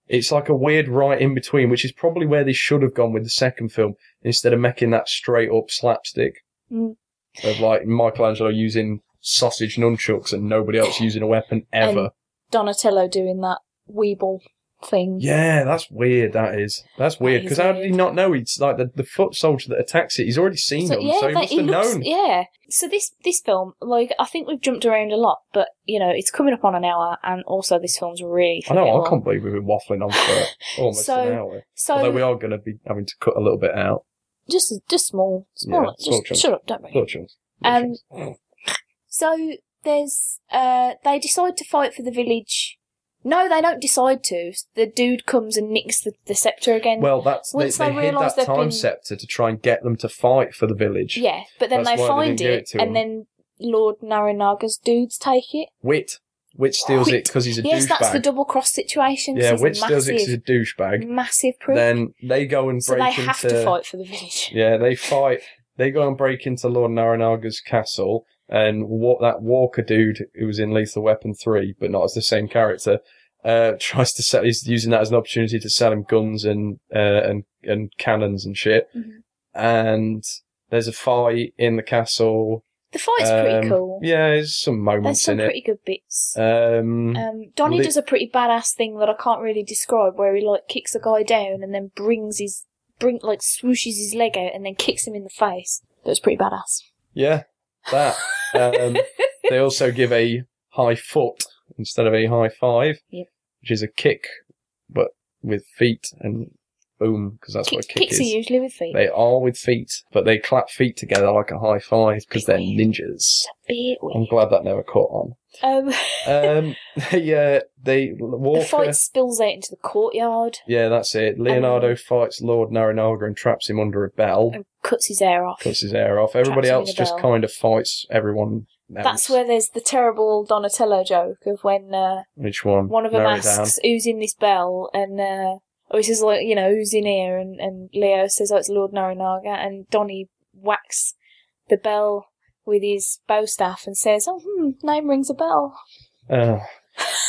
It's like a weird right in between, which is probably where they should have gone with the second film instead of making that straight up slapstick
Mm.
of like Michelangelo using sausage nunchucks and nobody else using a weapon ever.
Donatello doing that Weeble thing.
Yeah, that's weird. That is. That's weird.
is
Because how did he
weird.
not know? It's like the, the foot soldier that attacks it. He's already seen them, so he
that-
must have
looks-
known.
Yeah. So this this film, like, I think we've jumped around a lot, but you know, it's coming up on an hour, and also this film's really.
I know. I
forgettable.
can't believe we've been waffling on for almost
So-
an hour. Although
So
we are going to be having to cut a little bit out.
just just small, small,
Yeah, small
just
chunks.
shut up, don't bring it.
Little chunks. Little
Um,
chunks.
So there's uh they decide to fight for the village. No, they don't decide to. The dude comes and nicks the, the scepter again.
well, that's they,
once
they
they
hid
realise
that
they've
time
been-
scepter to try and get them to fight for the village.
yeah, but then they
that's why they didn't
find
give it
it,
to him.
and then Lord Narinaga's dudes take it.
Wit, Wit steals it
Wit.
because he's a
yes,
douchebag.
that's the double cross situation. 'cause
yeah,
he's a
Wit steals it because he's a
massive,
douchebag.
massive prick.
Then they go and
so
break into.
they have to fight for the village.
Yeah, they fight. They go and break into Lord Naranaga's castle, and what that Walker dude who was in Lethal Weapon three, but not as the same character, uh, tries to sell. He's using that as an opportunity to sell him guns and uh, and and cannons and shit.
Mhm.
And there's a fight in the castle.
The fight's
Um,
Oh, pretty cool.
Yeah, there's some
There's
moments
some
in
pretty good bits.
it. Um,
Um, Donnie
Li-
does a pretty badass thing that I can't really describe, where he like kicks a guy down and then brings his bring like swooshes his leg out and then kicks him in the face. That was pretty badass.
yeah, that. Um, they also give a high foot instead of a high five,
Yep.
which is a kick, but with feet and boom, because that's
Kick,
what a kick
kicks
is.
are usually with feet.
They are with feet, but they clap feet together like a high five because they're
Weird.
ninjas.
It's a bit
I'm
weird.
glad that never caught on.
Um,
Um, they, uh, they
the
Walker.
fight spills out into the courtyard
Yeah, that's
Um,
it. Leonardo fights Lord Narinaga and traps him under a bell,
and cuts his hair off.
cuts his hair off. Everybody
Oh, him in
else
a
just
bell.
kind of fights everyone. Else.
That's where there's the terrible Donatello joke of when uh,
Which one?
one of them
Narrow it down.
asks who's in this bell and uh or he says like you know who's in here and, and leo says oh it's lord narinaga and donnie whacks the bell with his bow staff and says oh hmm, name rings a bell
Uh,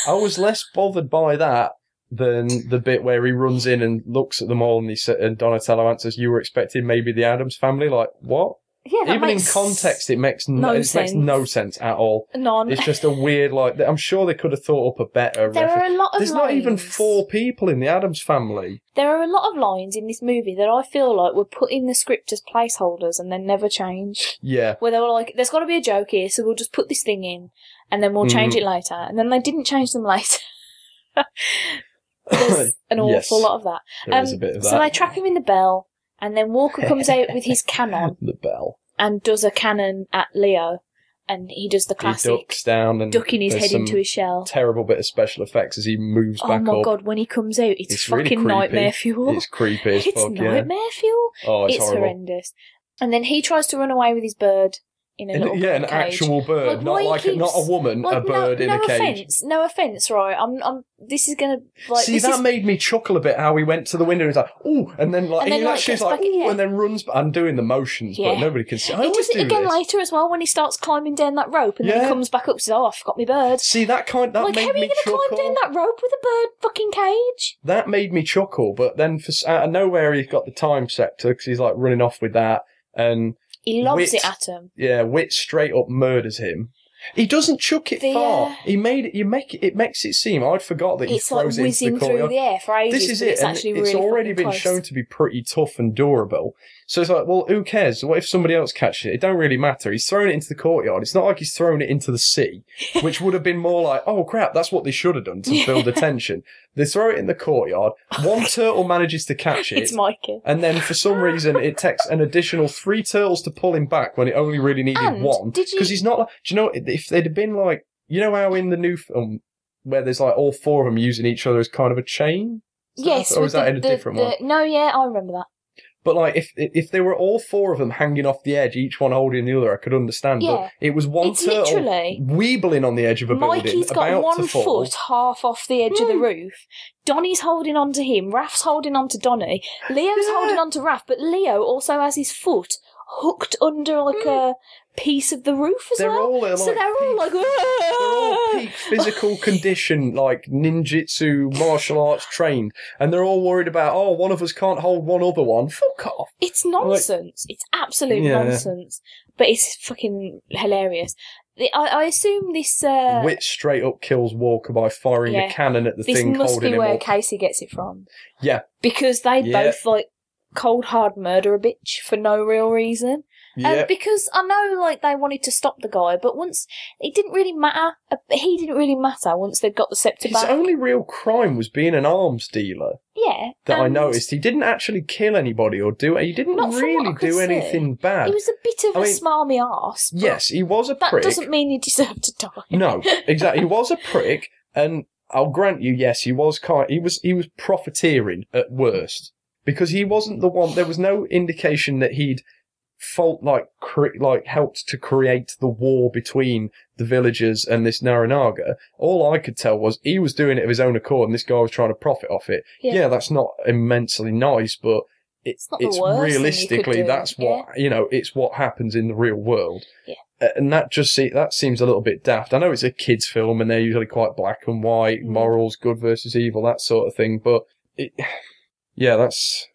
I was less bothered by that than the bit where he runs in and looks at them all, and he sa- and Donatello answers, "You were expecting maybe the Adams family, like what?"
Yeah, that
Even
makes
in context, it makes no,
no
it makes
sense.
no sense at all.
none.
It's just a weird like. I'm sure they could have thought up a better.
There
reference.
are a lot of
There's not even
lines.
four people in the Adams family.
There are a lot of lines in this movie that I feel like were put in the script as placeholders and then never changed.
Yeah,
Where they were like, "There's got to be a joke here, so we'll just put this thing in, and then we'll
Mm.
change it later." And then they didn't change them later. There's an awful
Yes.
lot of that.
there is
Um,
a bit of
So they
that.
trap him in the bell, and then Walker comes out with his cannon
the bell.
and does a cannon at Leo, and he does the
He
classic
ducks down and
ducking his
there's
head
some
into his shell.
terrible bit of special effects as he moves
Oh
back
my
up.
god, when he comes out, it's,
It's really
fucking
creepy.
nightmare fuel.
It's creepy as
It's
fuck. Yeah.
nightmare fuel.
Oh, it's,
It's,
horrible.
horrendous. And then he tries to run away with his bird in a
And-
little
yeah, an
cage.
actual bird,
Like,
not
why
like a- not a
keeps-
woman,
Well,
a bird
no,
in
no
a cage.
offense, no offense, right? I'm, I'm. This is gonna like.
See,
this
that
is-
made me chuckle a bit. How he went to the window, he's like, "Ooh," and then like,
And then,
he
like,
actually is
gets
like,
back-
"Ooh,"
yeah.
and then runs. b- I'm doing the motions, but
Yeah.
nobody can see. I
he
always
does it
do
again
this.
later as well when he starts climbing down that rope, and then
Yeah.
he comes back up and says, "Oh, I forgot my bird."
See that kind that
like, how
made
are you
me
gonna
chuckle.
climb down that rope with a bird fucking cage?
That made me chuckle, but then for s- out of nowhere he's got the time sector because he's like running off with that, and
He lobs
Wit.
it at him.
yeah, Wit straight up murders him. He doesn't chuck it
The,
far.
uh,
He made it. You make it. It makes it seem. I'd forgot that
It's
he
like
throws it into
whizzing
the courtyard.
through the air for ages.
this is
but
it,
It's
and
actually
it's
really
already
fucking
been
close.
shown to be pretty tough and durable. So it's like, well, who cares? What if somebody else catches it? It don't really matter. He's thrown it into the courtyard. It's not like he's thrown it into the sea, which would have been more like, oh crap, that's what they should have done to build attention. They throw it in the courtyard. One turtle manages to catch it.
It's Mikey.
and then for some reason it takes an additional three turtles to pull him back when it only really needed
And
one
did you-
because he's not like do you know if they'd have been like you know how in the new film where there's like all four of them using each other as kind of a chain
Yes,
or
with
is that
the,
in a
the-
different
the-
one?
No, yeah, I remember that.
But like, if if they were all four of them hanging off the edge, each one holding the other, I could understand.
Yeah.
But it was one
It's
turtle
literally-
weebling on the edge of a building,
Mikey's got
about
one
to fall. Hmm.
foot half off the edge of the roof. Donnie's holding on to him. Raf's holding on to Donnie. Leo's
Yeah.
holding on to Raf, but Leo also has his foot hooked under like a piece of the roof as
Hmm. They're
well.
all, uh,
so
like,
they're all like, "Ah!"
They're all peak physical condition, like ninjutsu, martial arts trained, and they're all worried about. Oh, one of us can't hold one other one. Fuck off.
It's nonsense. it's absolute
Yeah.
nonsense. But it's fucking hilarious. The, I, I assume this uh,
Wit straight up kills Walker by firing a
yeah.
cannon at the
this
thing
must
holding
be
him.
where
up.
Casey gets it from.
Yeah.
Because they
Yeah.
both like cold hard murder a bitch for no real reason. Um,
Yep.
because I know like they wanted to stop the guy, but once it didn't really matter. Uh, He didn't really matter once they got the scepter
His
back.
only real crime was being an arms dealer.
yeah.
that I
and
noticed. He didn't actually kill anybody or do he didn't
Not from what
really
I could
do
see.
anything bad.
He was a bit of
I
a
mean-
smarmy arse. but
yes, he was a
That
prick.
doesn't mean he deserved to die.
no, exactly. He was a prick, and I'll grant you, yes, he was kind. He was he was profiteering at worst because he wasn't the one. There was no indication that he'd fault like cre- like helped to create the war between the villagers and this Naranaga. All I could tell was he was doing it of his own accord, and this guy was trying to profit off it. Yeah,
Yeah.
that's not immensely nice, but. It, it's
It's not the worst thing you could
realistically
do,
that's what you know. It's what happens in the real world and that just se- that seems a little bit daft. I know it's a kids' film, and they're usually quite black and white,
Mm.
morals, good versus evil, that sort of thing. But it, yeah, that's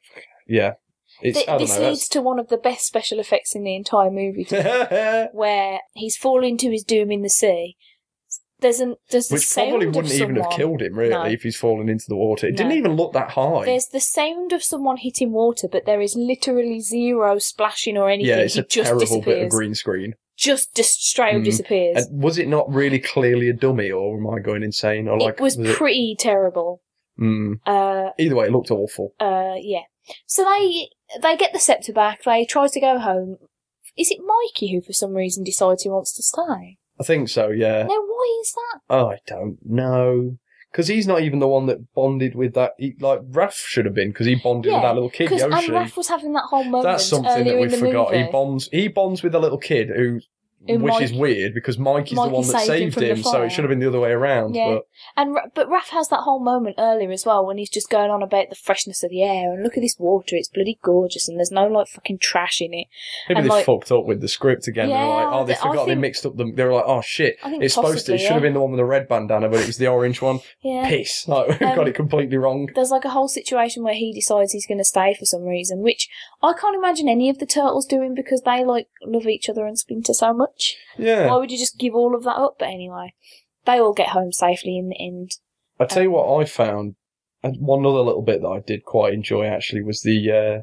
yeah, it's
Th-
I don't
this
know.
leads to one of the best special effects in the entire movie, to me,
that's-
where he's falling to his doom in the sea. There's an there's the
Which
sound
probably
of
wouldn't even have
someone-
killed him, really,
No.
if he's fallen into the water. It
No.
didn't even look that high.
There's the sound of someone hitting water, but there is literally zero splashing or anything.
yeah, it's
he
a
just
terrible
disappears.
bit of green screen.
Just dis- straight up
Mm.
disappears.
And was it not really clearly a dummy, or am I going insane? Or like,
it was,
it-
pretty terrible.
Mm.
Uh,
either way, it looked awful.
uh, yeah. So they they get the scepter back. They try to go home. Is it Mikey who, for some reason, decides he wants to stay?
I think so. Yeah.
Now, why is that?
Oh, I don't know. Because he's not even the one that bonded with that. He, like, Raph should have been, because he bonded with
Yeah,
that little kid,
Because
Yoshi.
Amraf was having that whole moment
That's something
earlier
that we
in the
forgot.
movie.
He bonds. He bonds with a little kid who
Who,
which
Mike-
is weird because Mike is
Mikey
the one that
saved him
saved
from the
him, so
fire.
it should have been the other way around.
Yeah.
But
And Ra- but Raph has that whole moment earlier as well when he's just going on about the freshness of the air and look at this water, it's bloody gorgeous and there's no like fucking trash in it.
maybe
And,
they
like-
fucked up with the script again. they were
Yeah,
like, oh, they
I
forgot they
think-
mixed up them. They were like, oh shit,
I think
it's supposed to. It
possibly,
should have
yeah.
been the one with the red bandana, but it was the orange one.
Yeah.
Piss! Like, we've got
Um,
it completely wrong.
There's like a whole situation where he decides he's going to stay for some reason, which I can't imagine any of the turtles doing because they like love each other and Splinter so much.
Yeah.
Why would you just give all of that up? But anyway, they all get home safely in the end.
I tell you
um,
what I found, and one other little bit that I did quite enjoy actually was the uh,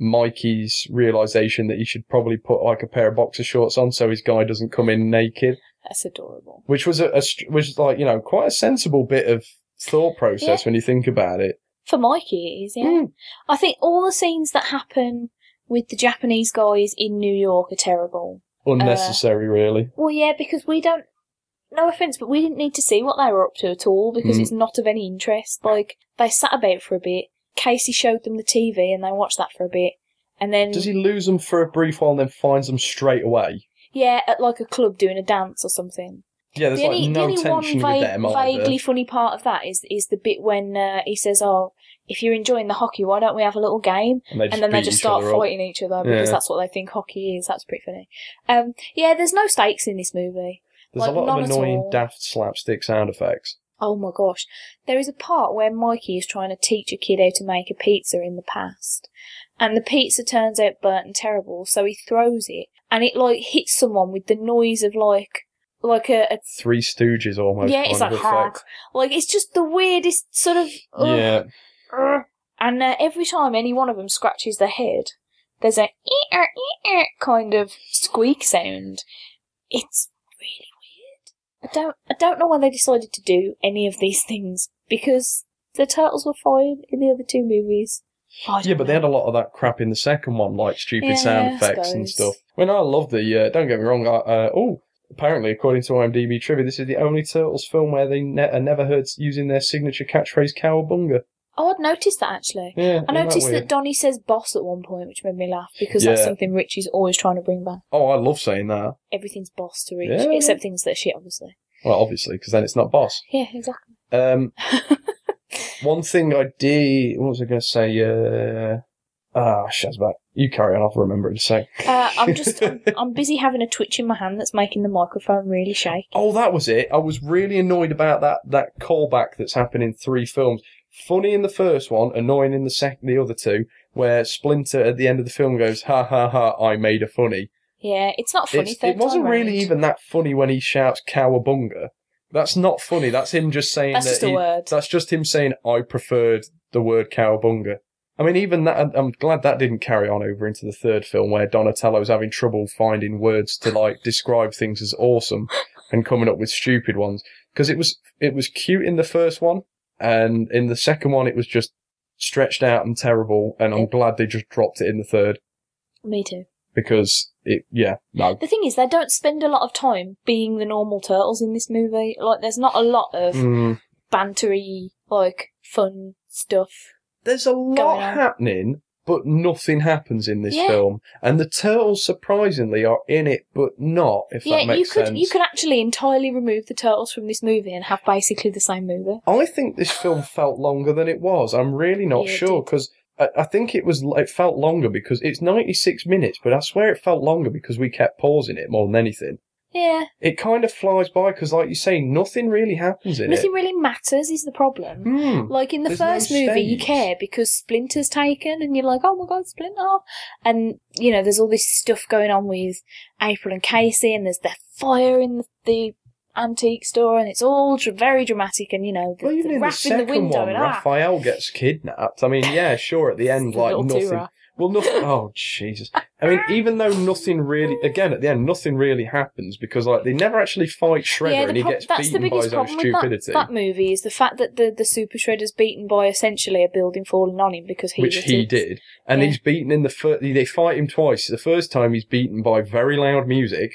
Mikey's realization that he should probably put like a pair of boxer shorts on so his guy doesn't come in naked,
That's adorable.
which was a, a str- which is like you know quite a sensible bit of thought process
Yeah.
when you think about it.
For Mikey, it is, yeah.
Mm.
I think all the scenes that happen with the Japanese guys in New York are terrible. Uh,
Unnecessary, really.
Well, yeah, because we don't. No offense, but we didn't need to see what they were up to at all because
Mm.
it's not of any interest. Like they sat about for a bit. Casey showed them the TV, and they watched that for a bit, and then
Does he lose them for a brief while and then finds them straight away?
yeah, at like a club doing a dance or something.
Yeah, there's
the only,
like
the
no
only one
tension
vague-
with them either.
vaguely funny part of that is is the bit when uh, he says, "Oh, if you're enjoying the hockey, why don't we have a little game?"
and they
and then they
beat
just
each
start
other up.
fighting each other because
Yeah.
that's what they think hockey is. That's pretty funny. Um, yeah, there's no stakes in this movie.
There's
like,
a lot
none
of
at
annoying
all.
daft slapstick sound effects.
Oh my gosh. There is a part where Mikey is trying to teach a kid how to make a pizza in the past. And the pizza turns out burnt and terrible, so he throws it and it like hits someone with the noise of like like a, a
Three Stooges almost.
yeah, it's
kind
like
of
"Huh."
effect.
like it's just the weirdest sort of ugh,
Yeah,
ugh. and uh, every time any one of them scratches their head, there's a ee-er, ee-er kind of squeak sound. It's really weird. I don't I don't know why they decided to do any of these things because the turtles were fine in the other two movies. I don't
yeah, but they
know.
had a lot of that crap in the second one, like stupid
Yeah,
sound
I
effects and
suppose.
stuff. When I love the, uh, don't get me wrong, I, uh, oh, apparently according to IMDb trivia, this is the only Turtles film where they ne- are never heard using their signature catchphrase "Cowabunga."
Oh, I'd noticed that actually.
Yeah,
I noticed that,
weird?
Donnie says boss at one point, which made me laugh because that's
Yeah.
something Richie's always trying to bring back.
Oh, I love saying that.
Everything's boss to Rich,
Yeah.
except things that are shit, obviously.
Well, obviously, because then it's not boss.
Yeah, exactly.
Um, one thing I did, what was I going to say? Uh, ah, Shazbat, you carry on. I'll remember in a sec.
Uh, I'm just I'm, I'm busy having a twitch in my hand that's making the microphone really shake.
Oh, that was it. I was really annoyed about that that callback that's happened in three films. Funny in the first one, annoying in the second, the other two, where Splinter at the end of the film goes, "Ha ha ha! I made a funny."
Yeah, it's not funny.
It's-
third
it wasn't
time
really
round.
even that funny when he shouts "Cowabunga." That's not funny. That's him just saying
That's
that
just a
he-
word.
That's just him saying, "I preferred the word cowabunga." I mean, even that. I'm- I'm glad that didn't carry on over into the third film, where Donatello's having trouble finding words to like describe things as awesome and coming up with stupid ones. Because it was it was cute in the first one, and in the second one, it was just stretched out and terrible. And I'm glad they just dropped it in the third
Me too.
because it. Yeah, no.
The thing is, they don't spend a lot of time being the normal turtles in this movie. Like, there's not a lot of
Mm.
bantery, like fun stuff.
There's a lot
on.
happening, but nothing happens in this
Yeah.
film. And the turtles, surprisingly, are in it, but not. If
yeah,
that makes
you could
sense.
you could actually entirely remove the turtles from this movie and have basically the same movie.
I think this film felt longer than it was. I'm really not
Yeah, it
sure because I, I think it was it felt longer because it's 96 minutes, but I swear it felt longer because we kept pausing it more than anything.
Yeah,
It kind of flies by because, like you say, nothing really happens in
nothing really matters is the problem.
it. Hmm.
Like in the
There's no
first movie, you
stakes.
care because Splinter's taken, and you're like, "Oh my god, Splinter!" And you know, there's all this stuff going on with April and Casey, and there's the fire in the, the antique store, and it's all dr- very dramatic, and you know, the,
Well,
the
even in the
rap in the
second
window,
one,
and ah,
Raphael gets kidnapped. I mean, yeah, sure, at the end,
The
like
little
nothing.
two-er.
Well, nothing. Oh, Jesus. I mean, even though nothing really, again, at the end, nothing really happens because, like, they never actually fight Shredder
yeah,
and
the
he
prob-
gets
that's the
beaten by
biggest
his own
problem with that,
stupidity,
that movie is the fact that the, the Super Shredder's beaten by essentially a building falling on him because he
which
was
he
it.
did. And
Yeah.
he's beaten in the first, they fight him twice. The first time he's beaten by very loud music.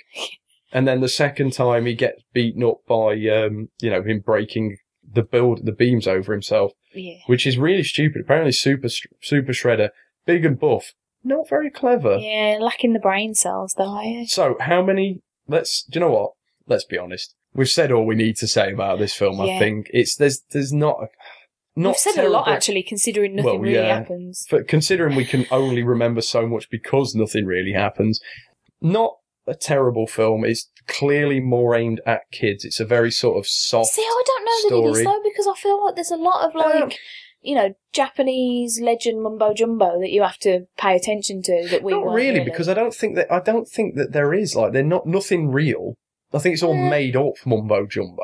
And then the second time he gets beaten up by, um, you know, him breaking the build, the beams over himself.
Yeah,
which is really stupid. Apparently, Super Super Shredder, big and buff, not very clever.
yeah, lacking the brain cells though. I-
So, how many let's do you know what? Let's be honest. We've said all we need to say about this film. I
Yeah.
think it's there's there's not a- not
We've said a lot
terrible-
actually, considering nothing
Well,
really
yeah.
happens.
For, considering we can only remember so much because nothing really happens. Not a terrible film. It's clearly more aimed at kids. It's a very sort of soft.
See, I don't know that it
story.
is though, because I feel like there's a lot of like, you know, Japanese legend mumbo jumbo that you have to pay attention to. That we
not
weren't
really, because I don't think that I don't think that there is like they're not nothing real. I think it's all
Yeah.
made up mumbo jumbo.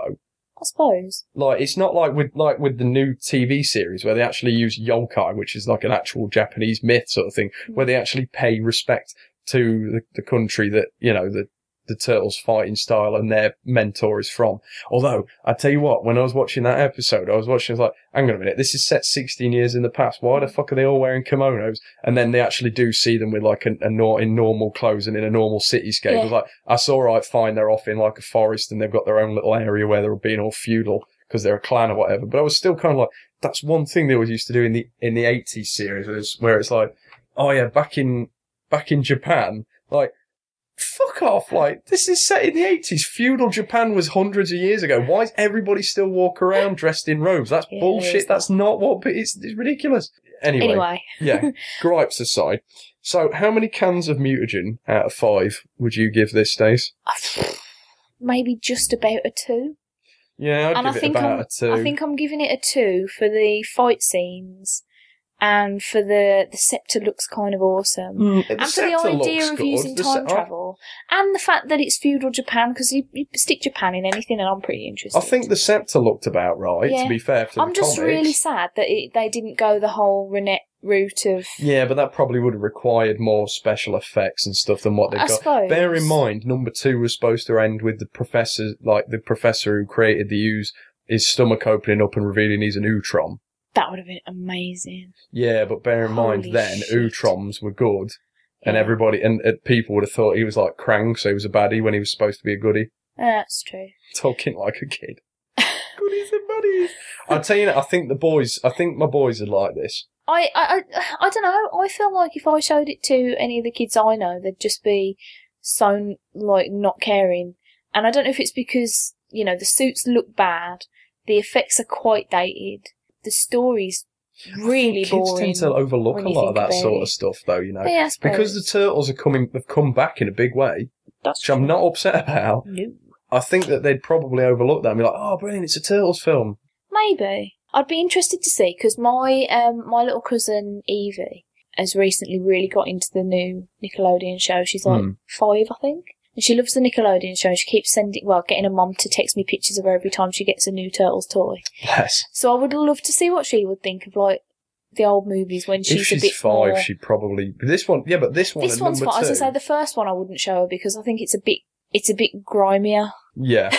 I suppose.
Like it's not like with like with the new TV series where they actually use yokai, which is like an actual Japanese myth sort of thing, where they actually pay respect to the, the country that you know the the turtles fighting style and their mentor is from. Although I tell you what, when I was watching that episode, I was watching I was like, hang on a minute, this is set 16 years in the past. Why the fuck are they all wearing kimonos? And then they actually do see them with like a, a nor- in normal clothes and in a normal cityscape. I was like, that's all right, fine. They're off in like a forest and they've got their own little area where they're being all feudal because they're a clan or whatever. But I was still kind of like, that's one thing they always used to do in the in the 80s series, is where it's like, oh yeah, back in back in Japan, like fuck off, like this is set in the 80s. Feudal Japan was hundreds of years ago. Why is everybody still walk around dressed in robes? That's
Yeah, there
bullshit.
is
That's not what. It's, it's ridiculous. Anyway,
Anyway,
yeah, gripes aside. So, how many cans of mutagen out of five would you give this, Stace?
maybe just about a two.
Yeah, I'd
And I
give it
think
about
I'm-
a two.
I think I'm giving it a two for the fight scenes, and for the the scepter looks kind of awesome.
Mm,
and for
scepter
the
looks
idea of
good.
using
The
time
sce- I-
travel, and the fact that it's feudal Japan, because you, you stick Japan in anything, and I'm pretty interested.
I think the scepter looked about right.
Yeah.
To be fair, to
I'm
the
just
comics.
really sad that it, they didn't go the whole Renette route of.
Yeah, but that probably would have required more special effects and stuff than what they've
I
got.
suppose.
Bear in mind, number two was supposed to end with the professor, like the professor who created the ooze, his stomach opening up and revealing he's an Utrom.
That would have been amazing.
Yeah, but bear in
Holy
mind then,
shit.
Utroms were good, and
Yeah.
everybody and uh, people would have thought he was like Krang, so he was a baddie when he was supposed to be a goodie.
Yeah, That's true.
Talking like a kid. Goodies and buddies. I tell you, I think the boys, I think my boys would like this.
I, I, I, I don't know. I feel like if I showed it to any of the kids I know, they'd just be so like not caring. And I don't know if it's because you know the suits look bad, the effects are quite dated, the story's really
Kids
boring.
tend to overlook
when
a
you
lot of
think
that
about
sort of
it.
stuff, though. You know,
But yeah, I suppose.
because the turtles are coming, have come back in a big way,
that's
which I'm not upset about.
No.
I think that they'd probably overlook that and be like, "Oh, brilliant! It's a turtles film."
Maybe. I'd be interested to see because my um my little cousin Evie has recently really got into the new Nickelodeon show. She's like
Hmm.
five, I think, and she loves the Nickelodeon show. She keeps sending, well, getting her mum to text me pictures of her every time she gets a new Turtles toy.
Yes.
So I would love to see what she would think of like the old movies when she's,
if
a bit
she's five,
more.
she probably this one. Yeah, but this one.
this
and
one's
number
fine. As I
two-
say, the first one I wouldn't show her because I think it's a bit it's a bit grimier.
yeah.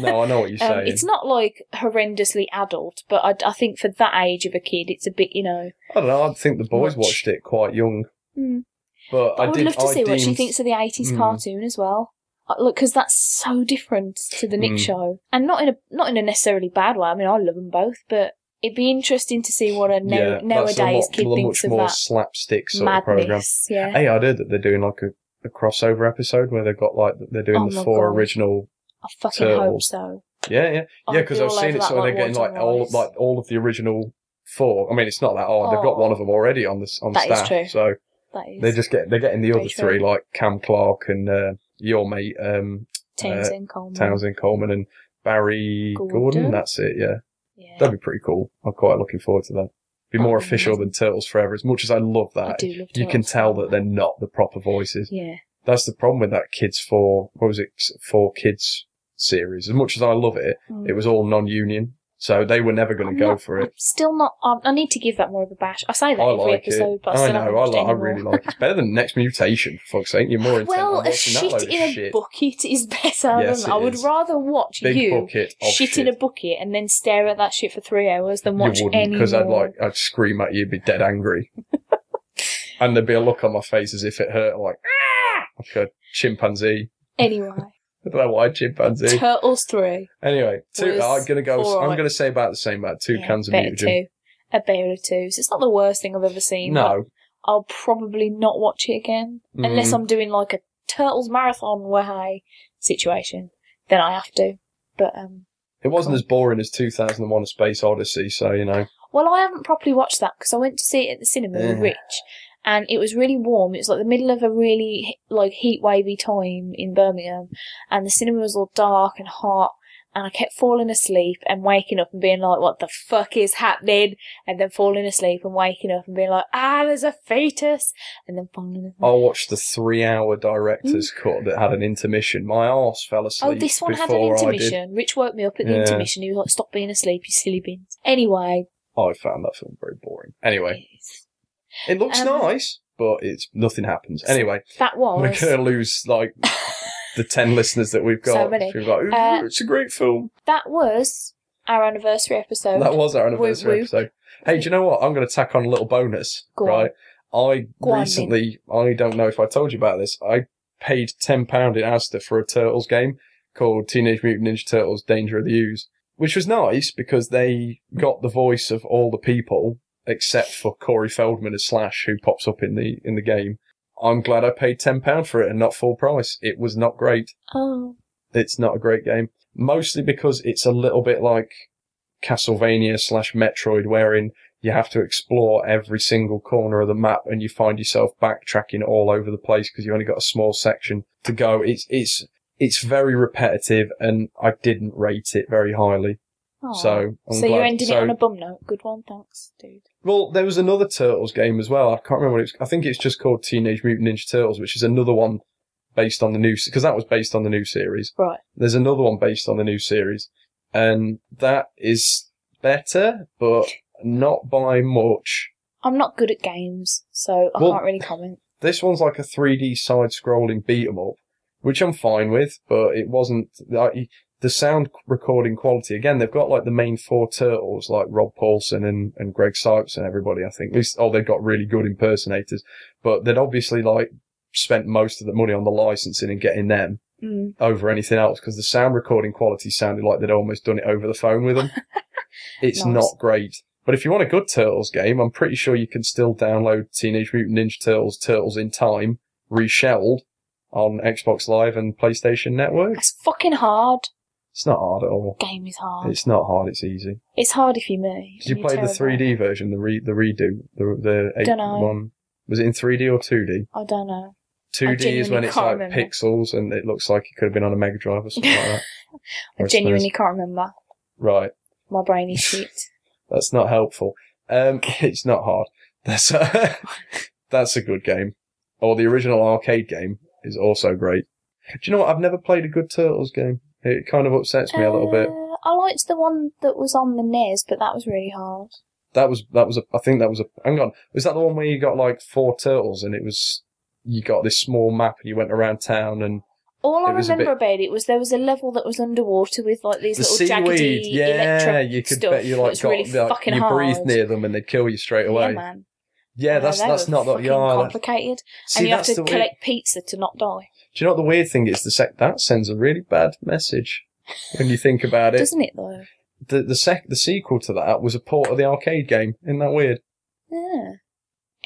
No, I know what you're
Um,
saying.
it's not like horrendously adult, but I, I think for that age of a kid, it's a bit, you know.
I don't know. I think the boys
Much.
watched it quite young,
Mm.
but,
But I, would
did.
love to
I
see what she
deemed-
thinks of the 80s
Mm.
cartoon as well. Uh, Look, because that's so different to the Nick
Mm.
show, and not in a not in a necessarily bad way. I mean, I love them both, but it'd be interesting to see what a now,
yeah, that's a
nowadays
lot,
kid
much
thinks of
more
that
slapstick sort of program.
madness. Yeah,
Hey, I heard that they're doing like a, a crossover episode where they've got like they're doing
Oh
the
my
four
God.
original.
I fucking hope
Turtles.
so.
Yeah, yeah, yeah.
I'd
Because
be
I've
all
seen
over
it,
that
so they're
like
getting
Walter
like all
Rice.
like all of the original four. I mean, it's not that odd. They've got
Oh.
one of them already on this on
That is
staff,
true.
so
That is
they're just get they're getting the
Very
other
true.
three like Cam Clark and uh, your mate um,
Townsend Coleman.
Townsend Coleman and Barry Gordon.
Mm-hmm. Gordon?
That's it. Yeah,
Yeah.
that'd be pretty cool. I'm quite looking forward to that. Be more
Oh,
official than Turtles Forever. As much as I love that,
I do love
you can
Turtles
tell
Forever.
that they're not the proper voices.
Yeah,
That's the problem with that kids for what was it for kids series. As much as I love it,
Mm.
it was all non-union, so they were never going
I'm
to go
not-
for it.
I'm still not. Um, I need to give that more of a bash. I say that
I
every
like
episode,
it.
but I
I
still
know.
haven't
I,
watched it
like, I
anymore.
really like it. It's better than Next Mutation. For fuck's sake, you're more intent
well,
on
a
watching that
shit
load of
in a
shit.
bucket is better
Yes,
than
it
I would
is.
rather watch
Big
you
bucket of
shit, in a bucket and then stare at that shit for three hours than watch
you wouldn't
any
because I'd
more.
like I'd scream at you, be dead angry, and there'd be a look on my face as if it hurt, like "Ah!" like a chimpanzee.
Anyway,
I don't know why chimpanzee.
Turtles three.
Anyway, two.
Was
I'm gonna go.
all
I'm
right.
gonna say about the same. About two
Yeah,
cans of
better
mutagen.
two. A bear of two. So it's not the worst thing I've ever seen. but
No,
I'll probably not watch it again unless
Mm.
I'm doing like a Turtles marathon where I situation, then I have to. But um,
It wasn't as boring as 2001: A Space Odyssey, so you know.
well, I haven't properly watched that because I went to see it at the cinema with
Yeah.
Rich, and it was really warm. It was like the middle of a really like heat wavy time in Birmingham, and the cinema was all dark and hot. And I kept falling asleep and waking up and being like, "What the fuck is happening?" And then falling asleep and waking up and being like, "Ah, there's a fetus," and then falling. Asleep.
I watched the three-hour director's cut that had an intermission. My arse fell asleep.
Oh, this one had an
before I did.
intermission. Rich woke me up at the
Yeah.
intermission. He was like, "Stop being asleep, you silly bins." Anyway,
Oh, I found that film very boring. Anyway, it looks
Um,
nice, but it's nothing happens. Anyway,
that
we're
was
gonna lose like the ten listeners that we've
So
got.
many.
We've got, "Ooh,
Uh,
it's a great film.
that was our anniversary episode.
That was our
Whoop,
anniversary
whoop.
episode. Hey, do you know what? I'm going to tack on a little bonus,
Go
right? I
Go on,
recently, I don't know if I told you about this. I paid ten pound in Asda for a Turtles game called Teenage Mutant Ninja Turtles: Danger of the Ooze, which was nice because they got the voice of all the people except for Corey Feldman as Slash, who pops up in the in the game. I'm glad I paid ten pound for it and not full price. It was not great
Oh,
it's not a great game. Mostly because it's a little bit like Castlevania slash Metroid, wherein you have to explore every single corner of the map and you find yourself backtracking all over the place because you've only got a small section to go. It's, it's, it's very repetitive and I didn't rate it very highly.
Aw.
So, I'm
so
glad.
you're ending
So-
it on a bum note. Good one, thanks, dude.
well, there was another Turtles game as well. I can't remember what it's. I think it's just called Teenage Mutant Ninja Turtles, which is another one based on the new because that was based on the new series.
Right.
There's another one based on the new series, and that is better, but not by much.
I'm not good at games, so I
Well-
can't really comment.
This one's like a 3D side-scrolling beat 'em up, which I'm fine with, but it wasn't like the sound recording quality. Again, they've got like the main four turtles, like Rob Paulson and, and Greg Sipes and everybody. I think at least oh, they've got really good impersonators, but they'd obviously like spent most of the money on the licensing and getting them
Mm.
over anything else because the sound recording quality sounded like they'd almost done it over the phone with them. it's
Nice.
not great. But if you want a good Turtles game, I'm pretty sure you can still download Teenage Mutant Ninja Turtles Turtles in Time reshelled on Xbox Live and PlayStation Network.
That's fucking hard.
It's not hard at all.
Game is hard. It's,
It's not hard. It's easy.
hard if you me.
Did you play the 3D version, the re- the redo, the the eight
Dunno.
one? Was it in 3D or 2D?
I don't know. I
2D is
genuinely
when it's
can't
like
remember.
pixels and it looks like it could have been on a Mega Drive or something like that.
I
Or a SNES.
genuinely can't remember.
Right.
My brain is shit.
That's not helpful. Um, it's not hard. That's a, that's a good game. Or the original arcade game is also great. Do you know what? I've never played a good Turtles game. It kind of upsets me a little bit.
Uh, I liked the one that was on the NES, but that was really hard.
That was that was a. I think that was a. Hang on. Was that the one where you got like four turtles and it was you got this small map and you went around town and
All I
It was a
remember
bit-
about it was there was a level that was underwater with like these little jaggedy
Yeah,
electric
you could
stuff.
bet you like
It's
got
really
like,
fucking
you breathed
hard.
near them and they'd kill you straight
yeah,
away.
man.
Yeah,
No,
that's
they
that's
were
not that.
fucking
Yeah, that-
complicated,
see,
and you have
that's
to
the way-
collect pizza to not die,
Do you know what the weird thing is? The sec- that sends a really bad message when you think about it.
doesn't it? Though,
The the sec- the sequel to that was a port of the arcade game. Isn't that weird?
yeah.
There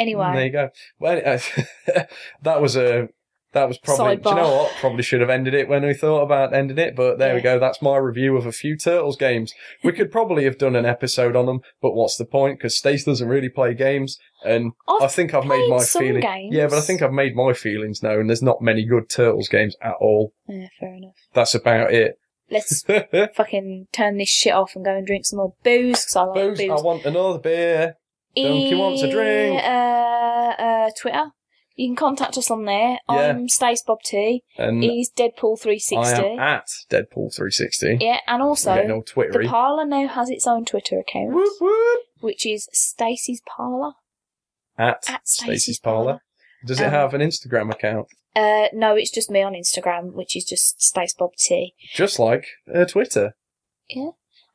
Anyway,
you go. Well, uh, that was a that was probably. Do you know
Sidebar.
what? Probably should have ended it when we thought about ending it. But there we
Yeah.
go. That's my review of a few Turtles games. We could probably have done an episode on them, but what's the point? Because Stace doesn't really play games, and
I've
i think I've made
played
my
some
feelings.
games.
Yeah, but I think I've made my feelings known. There's not many good Turtles games at all.
yeah, fair enough.
That's about it.
Let's
booze,
fucking turn this shit off and go and drink some more booze because I like booze.
I want another beer. donkey wants a drink.
In, Uh, uh, Twitter. You can contact us on there.
Yeah.
I'm Stace Bob T.
And
He's Deadpool three
I
sixty.
am at Deadpool360.
Yeah, and also
I'm getting all
the
twittery.
parlor now has its own Twitter account,
Whoop, whoop.
which is Stacey's Parlor.
At,
At Stacey's
Stacey's Parlour. Does it
Um,
have an Instagram account?
Uh, no, it's just me on Instagram, which is just Stace Bob T.
Just like uh, Twitter.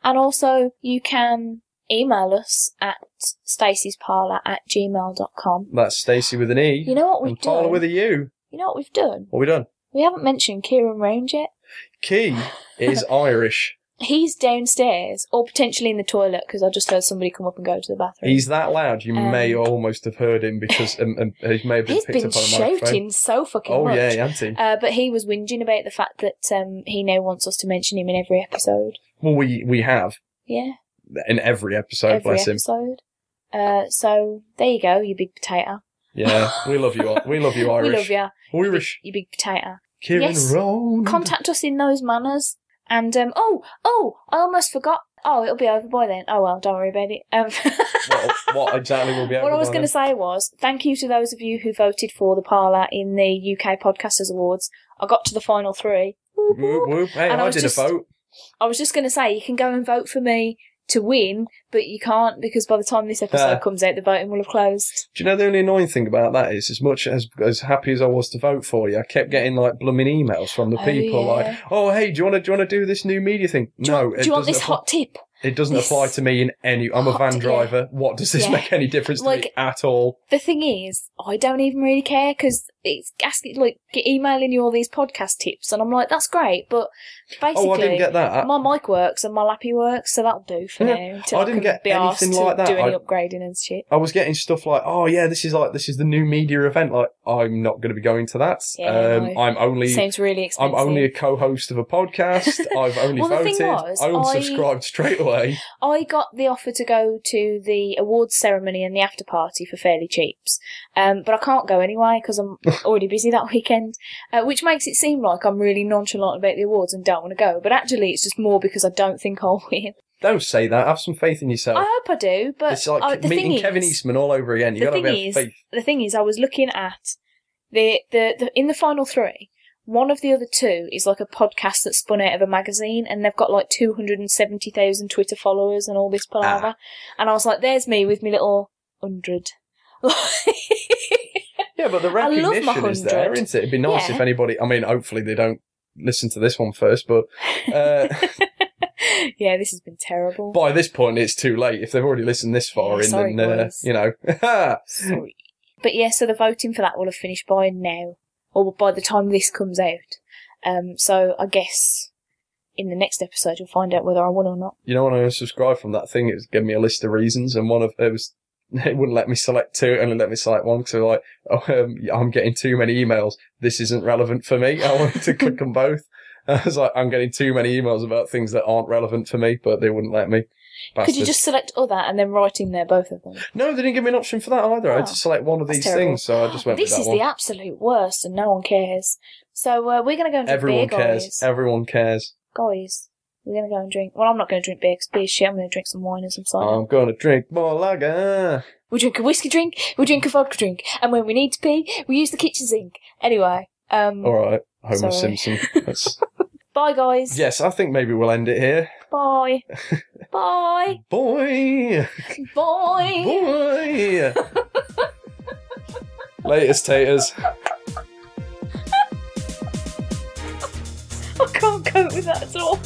And also, you can email us at stacysparlor at gmail.com.
That's Stacey with an E.
You know what we've
and Parlour
done?
with a U.
you know what we've done?
What we done?
We haven't mentioned Kieran Range yet.
Key is Irish.
he's downstairs or potentially in the toilet because I just heard somebody come up and go to the bathroom.
He's that loud. You may
Um,
almost have heard him because um, um, he may have been
He's
picked
been
up on a microphone.
shouting so fucking
Oh
much.
yeah, Yanti.
Uh, but he was whinging about the fact that um, he now wants us to mention him in every episode.
Well, we we have
Yeah,
in every episode.
every
bless him.
episode. Uh, so there you go, you big potato.
Yeah, we love you. We love you, Irish.
We love you,
Irish.
you big potato.
Kieran
Yes.
Rowan.
Contact us in those manners. And um, oh, oh, I almost forgot. Oh, it'll be over by then. Oh well, don't worry about it. Um,
what, what exactly will be?
What I was
happening?
going to say was thank you to those of you who voted for the Parlour in the UK Podcasters Awards. I got to the final three. Whoop,
Whoop,
whoop.
whoop. Hey,
And I
I,
was
did
just-
a vote.
I was just going to say you can go and vote for me to win, but you can't because by the time this episode
Fair.
comes out, the voting will have closed.
Do you know the only annoying thing about that is, as much as as happy as I was to vote for you, I kept getting like blooming emails from the
Oh,
people
yeah.
like, "Oh, hey, do you want to do you want to do this new media thing?"
Do
no,
you, want-
it
do you want
doesn't
this
apply,
hot tip?
It doesn't
this
apply to me in any. I'm a
hot-
van
yeah.
driver. What does this
Yeah.
make any difference to me
Like-
at all?
The thing is, I don't even really care because it's asking like get emailing you all these podcast tips, and I'm like, that's great, but basically.
Oh, I didn't get that.
my mic works and my lappy works, so that'll do for
Yeah.
now. till
I didn't
can
get
be arsed
anything
to
like that.
Do any
I-
upgrading and shit.
I was getting stuff like, "Oh yeah, this is like this is the new media event." Like, I'm not going to be going to that.
Yeah,
um,
no.
I'm only.
Seems really expensive.
I'm only a co-host of a podcast. I've only
Well, the thing
voted.
was,
I
I-
unsubscribed straight away.
I got the offer to go to the awards ceremony and the after party for fairly cheaps, um, but I can't go anyway because I'm already busy that weekend, uh, which makes it seem like I'm really nonchalant about the awards and don't want to go. But actually, it's just more because I don't think I'll win.
Don't say that. Have some faith in yourself.
I hope I do, but
Oh. it's like
I- the
meeting
thing
Kevin
is,
Eastman all over again. You
the
got to
thing
be
is-
faith.
the thing is, I was looking at the, the the in the final three. One of the other two is like a podcast that's spun out of a magazine, and they've got like two hundred and seventy thousand Twitter followers and all this palaver.
Ah.
And I was like, "There's me with me little hundred.
Yeah, but the
I love my
recognition is there,
100.
isn't it? It'd be nice
Yeah.
if anybody. I mean, hopefully they don't listen to this one first, but uh,
yeah, this has been terrible.
by this point it's too late. If they've already listened this far
Yeah,
in,
sorry,
then uh,
boys.
you know.
Sorry. But yeah, so the voting for that will have finished by now, or by the time this comes out. Um, so I guess in the next episode you'll find out whether I won or not.
you know, when I unsubscribed from that thing, it was giving me a list of reasons, and one of it was it wouldn't let me select two, it only let me select one. So like, oh, um, I'm getting too many emails. This isn't relevant for me. I wanted to click on both. I was like, I'm getting too many emails about things that aren't relevant for me, but they wouldn't let me.
Could you
Bastards.
just select other and then write in there both of them?
No, they didn't give me an option for that either. I had
Oh,
to select one of
that's
these
terrible.
things, so I just went
this
with that
is
one.
the absolute worst, and no one cares. So uh, we're going to go and drink
Everyone
beer,
cares.
guys.
Everyone cares.
guys, we're going to go and drink. Well, I'm not going to drink beer because beer's shit. I'm going to drink some wine or some cider.
I'm going to drink more lager.
we drink a whiskey drink. We drink a vodka drink. And when we need to pee, we use the kitchen sink. Anyway, um,
All right, Homer
Sorry.
Simpson. That's...
bye, guys.
yes, I think maybe we'll end it here.
Bye. bye.
Boy,
Bye.
boy. Latest taters.
I can't cope with that at all.